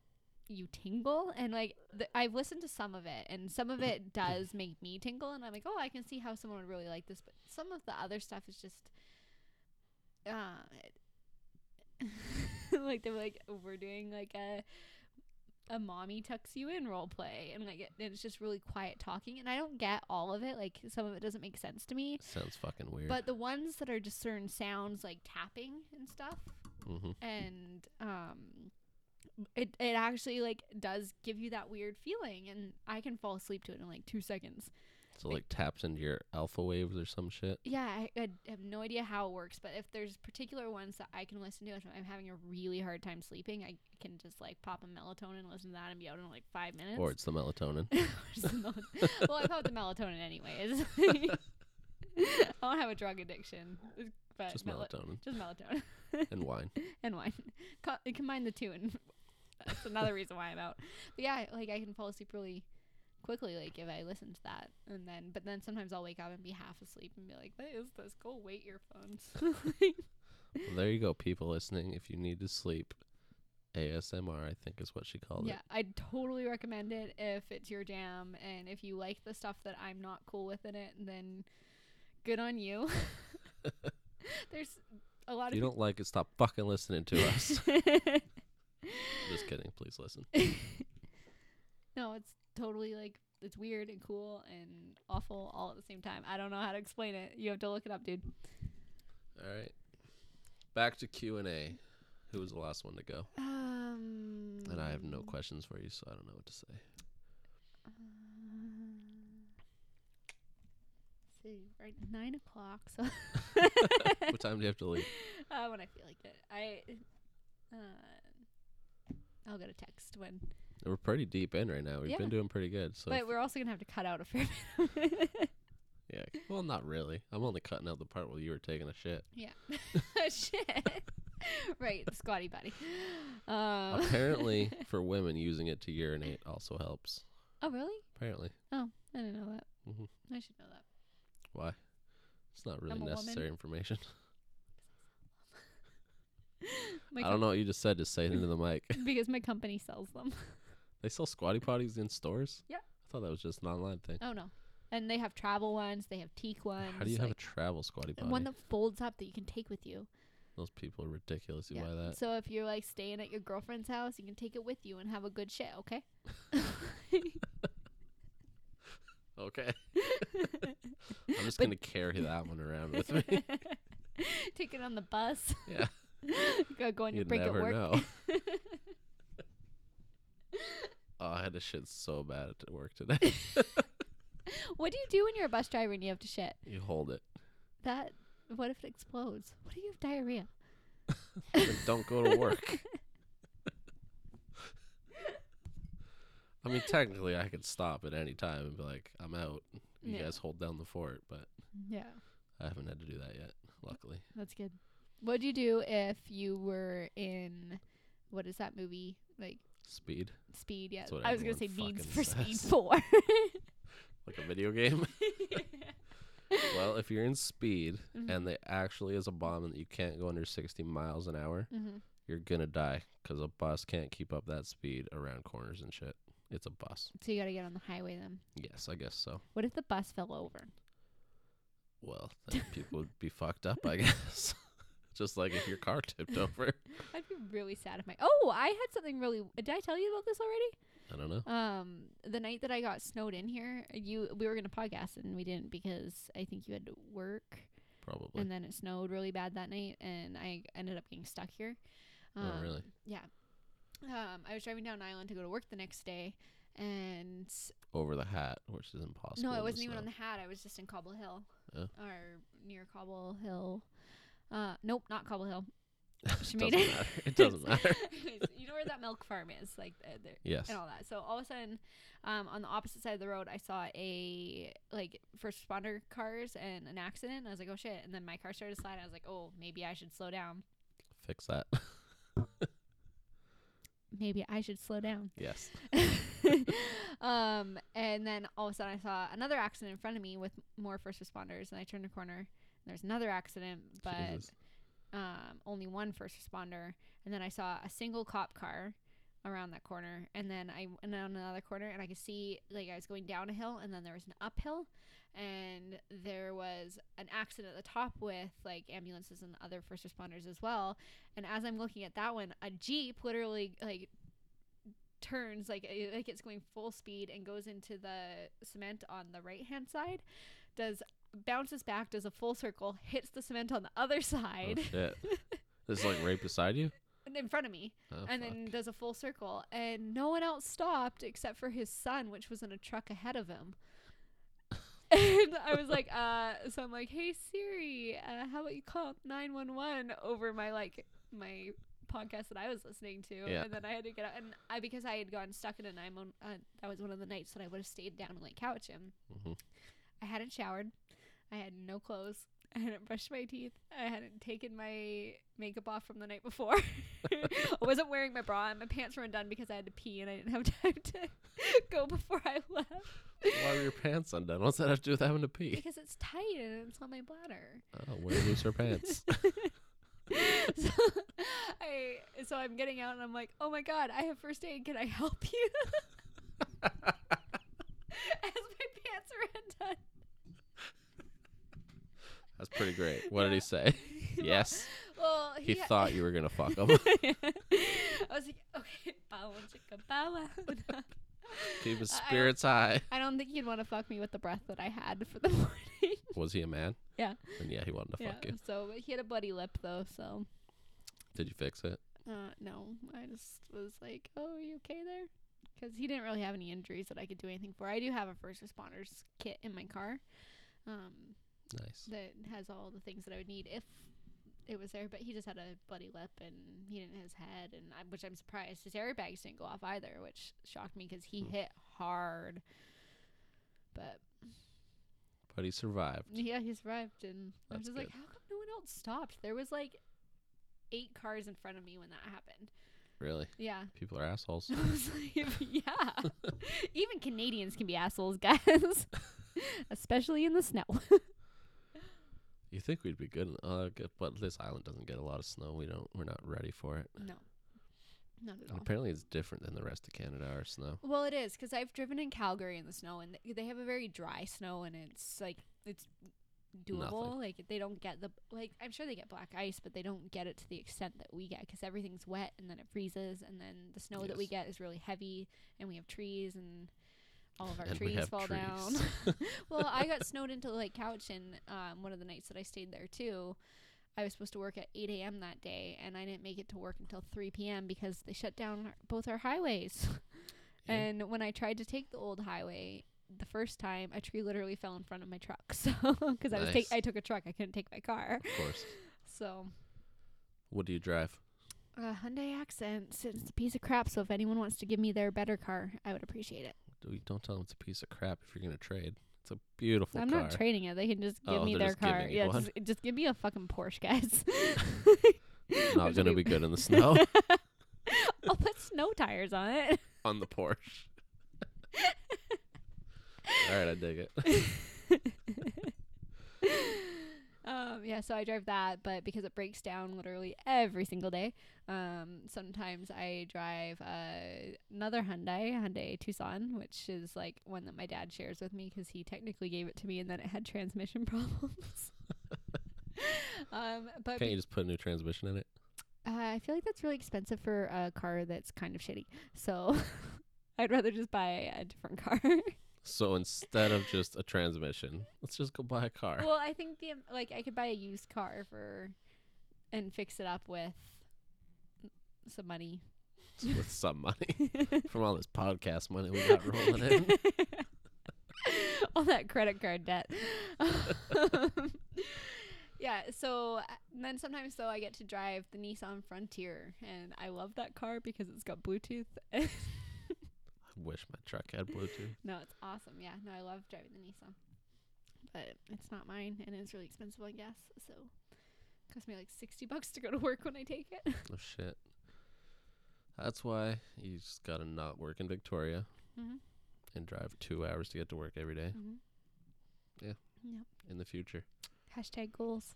A: you tingle. And like th- I've listened to some of it, and some of it
B: <laughs>
A: does make me tingle, and I'm like, oh, I can see how someone would really like this. But some of the other stuff is just, uh, <laughs> like they were like we're doing like a a mommy tucks you in role play, and like it, it's just really quiet talking, and I don't get all of it. Like some of it doesn't make sense to me.
B: <laughs> Sounds fucking weird.
A: But the ones that are discerned sounds like tapping and stuff,
B: mm-hmm.
A: and um, it it actually like does give you that weird feeling, and I can fall asleep to it in like two seconds.
B: So like taps into your alpha waves or some shit.
A: Yeah, I, I have no idea how it works, but if there's particular ones that I can listen to, if I'm having a really hard time sleeping, I can just like pop a melatonin, listen to that, and be out in like five minutes.
B: Or it's the melatonin.
A: <laughs> Or some mel- well, I thought the melatonin anyways. <laughs> I don't have a drug addiction, but
B: Just
A: mel-
B: melatonin.
A: Just melatonin <laughs>
B: and wine.
A: and wine. <laughs> Co- combine the two, and <laughs> that's another reason why I'm out. But yeah, like I can fall asleep really quickly, like if I listen to that, and then but then sometimes I'll wake up and be half asleep and be like, "What is this? Go wait earphones." <laughs>
B: Well, there you go, people listening. If you need to sleep, ASMR, I think is what she called
A: yeah, I totally recommend it if it's your jam, and if you like the stuff that I'm not cool with in it, then good on you. <laughs> There's a lot
B: it. If you
A: of
B: don't like it, stop fucking listening to
A: <laughs>
B: us.
A: people.
B: Just kidding. Please listen.
A: No, it's totally like it's weird and cool and awful all at the same time. I don't know how to explain it. You have to look it up, dude.
B: All right. Back to Q and A. Who was the last one to go?
A: Um,
B: And I have no questions for you, so I don't know what
A: <laughs>
B: to say.
A: <sighs> see, right nine o'clock. So <laughs>
B: <laughs> What time do you have to leave?
A: uh, when I feel like it, I uh, I'll get a text when.
B: We're pretty deep in right now. We've
A: Yeah.
B: been doing pretty good. So
A: but we're also gonna have to cut out a fair bit.
B: yeah. Well, not really. I'm only cutting out the part where you were taking a shit.
A: yeah, <laughs> shit. <laughs> right, squatty buddy. Um, <laughs>
B: Apparently, for women, using it to urinate also helps.
A: oh really?
B: Apparently,
A: I didn't know that.
B: Mhm.
A: I should know that.
B: <laughs> why? It's not really
A: I'm a woman.
B: necessary information. <laughs>
A: My
B: I don't know what you just said. Just say it into
A: <laughs>
B: the mic.
A: com- because my company sells them.
B: They sell squatty potties in stores.
A: Yeah.
B: I thought that was just an online thing.
A: Oh no. And they have travel ones, they have teak ones.
B: How do you have a
A: Um, like,
B: travel squatty potty?
A: one that folds up that you can take with you?
B: Those people are ridiculous. You buy that?
A: So if you're like staying at your girlfriend's house, you can take it with you and have a good shit,
B: <laughs>
A: okay? <laughs>
B: Okay. I'm just gonna
A: <laughs>
B: carry that one around with me.
A: take it on the bus.
B: Yeah.
A: <laughs> Go, go on your
B: You'd
A: break at
B: never
A: work.
B: know. oh, I had to shit so bad at work today.
A: <laughs> <laughs> What do you do when you're a bus driver and you have to shit?
B: you hold it.
A: That what if it explodes? What do you have diarrhea?
B: Then don't go to work. I mean, technically, I could stop at any time and be like, "I'm out." You
A: Yeah.
B: guys hold down the fort, but
A: Yeah.
B: I haven't had to do that yet. Luckily,
A: That's good. What'd you do if you were in what is that movie? Like
B: speed
A: Speed, yeah.
B: That's what
A: I was gonna say
B: everyone
A: Needs for
B: fucking
A: Speed <laughs>
B: says.
A: Four.
B: like a
A: <laughs>
B: video game. well, if you're in speed
A: Mm-hmm.
B: and there actually is a bomb and you can't go under 60 miles an hour,
A: Mhm.
B: you're gonna die because a bus can't keep up that speed around corners and shit. It's a bus.
A: So you gotta get on the highway then.
B: Yes, I guess so.
A: What if the bus fell over?
B: Well, then
A: <laughs>
B: people would be fucked up, I <laughs> guess. Just like if your car
A: <laughs>
B: tipped over.
A: I'd be really sad if my Oh, I had something really did I tell you about this already?
B: I don't know.
A: Um the night that I got snowed in here, you we were gonna podcast and we didn't because I think you had to work
B: Probably.
A: and then it snowed really bad that night and I ended up getting stuck here. Um,
B: oh, really?
A: Um, I was driving down Island to go to work the next day, and
B: Over the hat, which is impossible.
A: no, I
B: in
A: wasn't even on
B: snow. <laughs>
A: the hat. I was just in Cobble Hill,
B: Oh.
A: or near Cobble Hill. Uh, nope, not Cobble Hill. She
B: it
A: made
B: doesn't
A: it.
B: matter. It
A: <laughs>
B: doesn't matter.
A: Anyways, you know where that milk farm is, like uh, there
B: Yes.
A: and all that. So all of a sudden, um, on the opposite side of the road, I saw a like first responder cars and an accident. And I was like, oh shit! And then my car started sliding. I was like, oh, maybe I should slow down.
B: Fix that. <laughs>
A: Maybe I should slow down.
B: yes.
A: <laughs> um, and then all of a sudden, I saw another accident in front of me with more first responders, and I turned a corner. And there's another accident, but
B: Jesus.
A: um, only one first responder, and then I saw a single cop car around that corner, and then I went down another corner, and I could see like I was going down a hill, and then there was an uphill, and there was an accident at the top with like ambulances and other first responders as well. And as I'm looking at that one, a jeep literally like turns like it, like it's going full speed and goes into the cement on the right hand side, does bounces back, does a full circle, hits the cement on the other <laughs>
B: Oh
A: side.
B: shit! this is like right beside you.
A: and <laughs> in front of me
B: Oh,
A: and
B: fuck.
A: then does a full circle and no one else stopped except for his son which was in a truck ahead of him <laughs> and i was
B: <laughs>
A: like uh so i'm like hey siri uh, how about you call 911 over my like my podcast that i was listening to
B: Yeah.
A: and then i had to get out and i because i had gotten stuck in a 911 uh, that was one of the nights that i would have stayed down in lake couch and
B: Mhm.
A: i hadn't showered i had no clothes <laughs> I hadn't brushed my teeth. I hadn't taken my makeup off from the night before. <laughs> I wasn't wearing my bra and my pants were undone because I had to pee and I didn't have <laughs> time to go before I left.
B: Why were your pants undone? What's that have to do with having to pee?
A: <laughs> Because it's tight and it's on my bladder.
B: Oh, wear looser pants.
A: <laughs> so I so I'm getting out and I'm like, oh my god, I have first aid. Can I help
B: <laughs>
A: you? <laughs> As my pants are undone.
B: That's pretty great. What
A: <laughs>
B: did he
A: Yeah.
B: say? yes,
A: Well,
B: he
A: ha-
B: thought you were gonna
A: <laughs>
B: fuck him.
A: I was like, okay, <laughs> bow wow, chicka, bow <laughs> wow.
B: Keep his
A: I- I- <laughs>
B: spirits high.
A: I don't think you'd want to fuck me with the breath that I had for the <laughs> morning.
B: Was he a man?
A: Yeah.
B: And yeah, he wanted to fuck
A: yeah.
B: you.
A: So but he had a bloody lip though, so
B: Did you fix it?
A: uh, no, I just was like, "Oh, you okay there?" Because he didn't really have any injuries that I could do anything for. I do have a first responders kit in my car, um,
B: Nice.
A: that has all the things that I would need if it was there. But he just had a bloody lip, and he didn't hit his head, and I, which I'm surprised his airbags didn't go off either, which shocked me because he
B: Hmm.
A: hit hard. But
B: But he survived.
A: Yeah, he survived, and I was
B: That's
A: just like,
B: good.
A: how come no one else stopped? There was like eight cars in front of me when that happened.
B: Really?
A: Yeah,
B: People are
A: <laughs>
B: assholes.
A: I was like,
B: <laughs>
A: yeah, even Canadians can be assholes, <laughs> guys, especially in the snow.
B: You think we'd be good, in- uh, good, but this island doesn't get a lot of snow. We don't. We're not ready for it.
A: no, not at
B: And
A: all.
B: apparently, it's different than the rest of Canada. Our snow.
A: Well, it is because I've driven in Calgary in the snow, and th- they have a very dry snow, and it's like it's doable. Like they don't get the like I'm sure they get black ice, but they don't get it to the extent that we get because everything's wet and then it freezes, and then the snow that we
B: Yes.
A: get is really heavy, and we have trees and. All of our
B: And we
A: trees
B: have
A: fall
B: trees.
A: down. <laughs> well, I got snowed into Lake Couch, and um, one of the nights that I stayed there too, I was supposed to work at 8 a.m. that day, and I didn't make it to work until 3 p.m. because they shut down our- both our highways. <laughs>
B: Yeah.
A: And when I tried to take the old highway the first time, a tree literally fell in front of my truck. <laughs> So because I was
B: Nice.
A: take, I took a truck, I couldn't take my car.
B: Of
A: <laughs>
B: course.
A: So
B: What do you drive?
A: uh, Hyundai Accent, it's a piece of crap. So if anyone wants to give me their better car, I would appreciate it.
B: Do we- Don't tell them it's a piece of crap if you're gonna trade. It's a beautiful
A: I'm
B: car.
A: not trading it. They can just give
B: Oh,
A: me
B: they're
A: their
B: just
A: car.
B: giving you
A: Yeah,
B: one.
A: just, just give me a fucking Porsche,
B: <laughs>
A: guys. <laughs>
B: not
A: Which
B: gonna
A: would
B: be good in the snow
A: <laughs> I'll put snow tires on it.
B: on the Porsche.
A: <laughs>
B: All right, I dig it.
A: <laughs> um, yeah, so I drive that, but because it breaks down literally every single day, um, sometimes I drive uh, another Hyundai, Hyundai Tucson, which is like one that my dad shares with me because he technically gave it to me and then it had transmission <laughs> problems. um, but
B: Can't you just put a new transmission in it?
A: uh, I feel like that's really expensive for a car that's kind of shitty. So <laughs> I'd rather just buy a different car.
B: So instead of just a transmission, let's just go buy a car.
A: well, I think the am- like I could buy a used car for and fix it up with some money.
B: with
A: <laughs>
B: some money from all this podcast money we got rolling in.
A: All that credit card debt. <laughs> Um, yeah, so uh, and then sometimes though I get to drive the Nissan Frontier and I love that car because it's got Bluetooth. <laughs>
B: I wish my truck had Bluetooth.
A: No, it's awesome. Yeah, no, I love driving the Nissan, but it's not mine, and it's really expensive on gas. So, it cost me like sixty bucks to go to work when I take it.
B: Oh shit. That's why you just gotta not work in Victoria.
A: Mhm.
B: and drive two hours to get to work every day
A: Mhm.
B: Yeah.
A: Yep.
B: in the future.
A: Hashtag goals.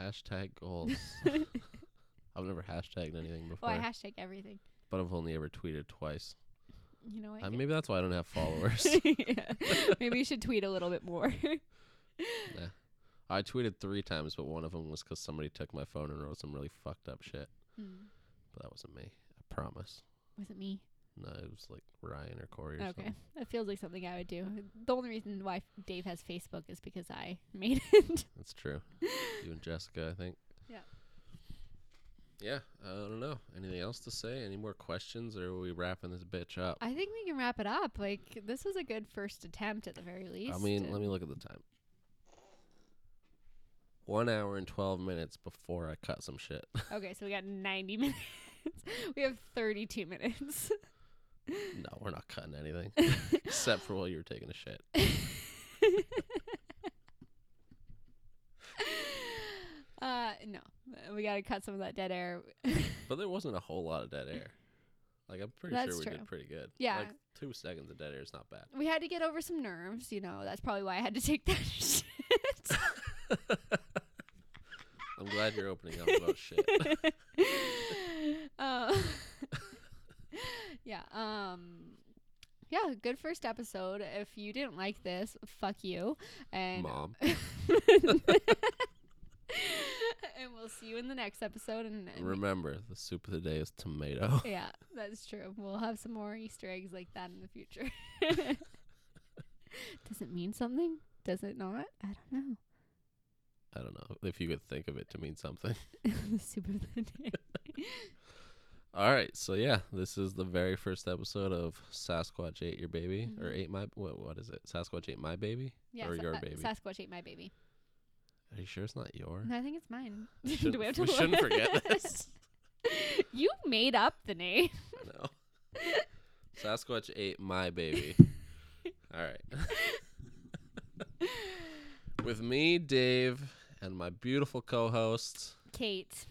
B: Hashtag
A: <laughs>
B: goals. <laughs> I've never hashtagged anything
A: Oh,
B: before,
A: I hashtag everything.
B: but I've only ever tweeted twice.
A: You know what? <laughs>
B: <laughs> Uh, maybe that's why I don't have followers.
A: yeah. Maybe you should tweet a little bit more. <laughs>
B: I tweeted three times, but one of them was 'cause somebody took my phone and wrote some really fucked up shit.
A: Hmm.
B: But that wasn't me. I promise.
A: Was it me?
B: No, it was like Ryan or Corey or
A: Okay.
B: something.
A: That feels like something I would do. The only reason why Dave has Facebook is because I <laughs> made it. <laughs>
B: That's true. you and Jessica, I think.
A: Yeah.
B: Yeah, I don't know. Anything else to say? Any more questions, or are we wrapping this bitch up?
A: I think we can wrap it up. Like, this was a good first attempt at the very least.
B: I mean,
A: and-
B: let me look at the time. One hour and twelve minutes before I cut some shit.
A: <laughs>
B: <laughs>
A: Okay, so we got 90 <laughs> minutes. we have 32
B: <laughs>
A: minutes. <laughs>
B: no, we're not cutting anything except for while you were taking a shit.
A: uh, no, Uh, we got to cut some of that dead air.
B: But there wasn't a whole lot of dead air. Like I'm pretty
A: That's
B: sure we
A: true.
B: did pretty good.
A: Yeah.
B: like two seconds of dead air is not bad.
A: we had to get over some nerves, you know. That's probably why I had to take that <laughs> shit.
B: <laughs> I'm glad you're opening up about
A: <laughs>
B: shit.
A: uh, <laughs> yeah. Um. Yeah, good first episode. If you didn't like this, fuck you. <laughs> And
B: Mom.
A: and we'll see you in the next episode. And and-
B: Remember, the soup of the day is tomato. <laughs>
A: yeah, that's true. We'll have some more Easter eggs like that in the future. <laughs> Does it mean something? Does it not? I don't know.
B: I don't know if you could think of it to mean something. <laughs>
A: the soup of the day.
B: All right, so yeah, this is the very first episode of Sasquatch ate your baby or
A: Mhm.
B: ate my what? What is it? Sasquatch ate my baby.
A: Yeah,
B: Or
A: Sa-
B: your
A: uh,
B: baby.
A: Sasquatch ate my baby.
B: Are you sure it's not your?
A: No, I think it's mine. <laughs>
B: We
A: Do
B: shouldn't-
A: we have to
B: we shouldn't
A: look? <laughs>
B: forget this. <laughs>
A: you made up the name. <laughs>
B: I know. Sasquatch ate my baby.
A: <laughs>
B: All right. <laughs> With me, Dave, and my beautiful co-host.
A: Kate.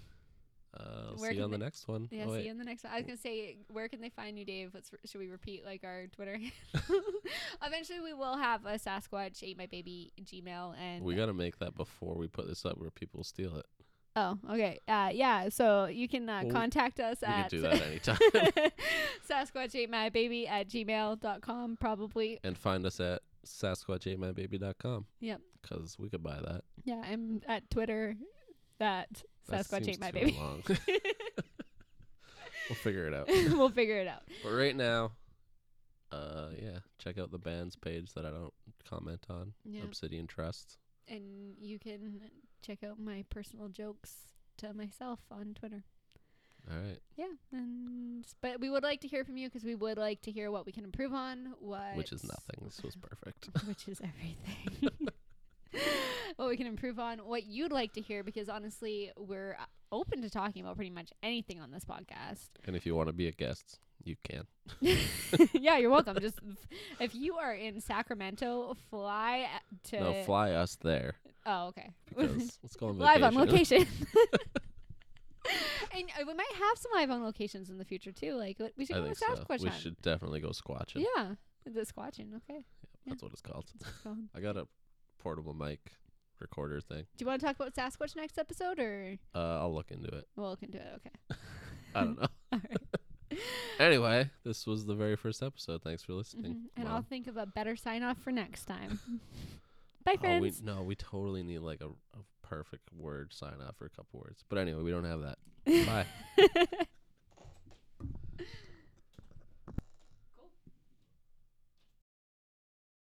B: Uh, I'll
A: Where
B: see
A: can
B: you on the
A: they-
B: next one.
A: Yeah,
B: Oh,
A: see
B: wait.
A: you in the next one. I was going to say, where can they find you, Dave? Let's, should we repeat like our Twitter? <laughs> Eventually, we will have a Sasquatch ate my baby Gmail and
B: We gotta make that before we put this up, where people steal it.
A: Oh, okay. Uh, yeah. So you can uh,
B: Well, we-
A: contact us
B: We can
A: at
B: do that anytime.
A: <laughs> Sasquatch ate my baby at gmail.com, probably.
B: and find us at sasquatchateMyBaby.com.
A: Yep.
B: Because we could buy that.
A: Yeah, I'm at Twitter that
B: That
A: Sasquatch
B: seems
A: ate my
B: too
A: baby. <laughs>
B: long. we'll figure it out.
A: we'll figure it out.
B: But right now, uh, yeah, check out the band's page that I don't comment on.
A: Yeah.
B: Obsidian Trust.
A: And you can check out my personal jokes to myself on Twitter.
B: All right.
A: Yeah, and but we would like to hear from you because we would like to hear what we can improve on. What
B: Which is nothing. This was perfect.
A: <laughs> which is everything. <laughs> what we can improve on, what you'd like to hear, because honestly, we're uh, open to talking about pretty much anything on this podcast.
B: and if you want to be a guest, you can.
A: yeah, you're welcome. Just if you are in Sacramento, fly a- to.
B: No, fly us
A: <laughs>
B: there
A: Oh, okay.
B: because let's go on vacation.
A: Uh, <laughs> live on location. <laughs> and uh, we might have some live on locations in the future too. Like what- we should
B: <laughs> I
A: go to
B: think
A: Sasquatch
B: so. We
A: hunt.
B: should definitely go squatching.
A: Yeah, the squatching. Okay,
B: That's what it's called.
A: that's fun.
B: <laughs> I got a portable mic recorder thing.
A: Do you want to talk about Sasquatch next episode, or
B: Uh, I'll look into it.
A: we'll look into it? Okay. <laughs>
B: I don't know.
A: All right.
B: <laughs> Anyway, this was the very first episode. Thanks for listening.
A: Mhm. And I'll
B: Mom.
A: think of a better sign off for next time.
B: <laughs>
A: Bye,
B: Oh, we,
A: friends.
B: no, we totally need
A: <laughs>
B: like <laughs> a, a perfect word sign off for a couple words. But anyway, we don't have that. Bye.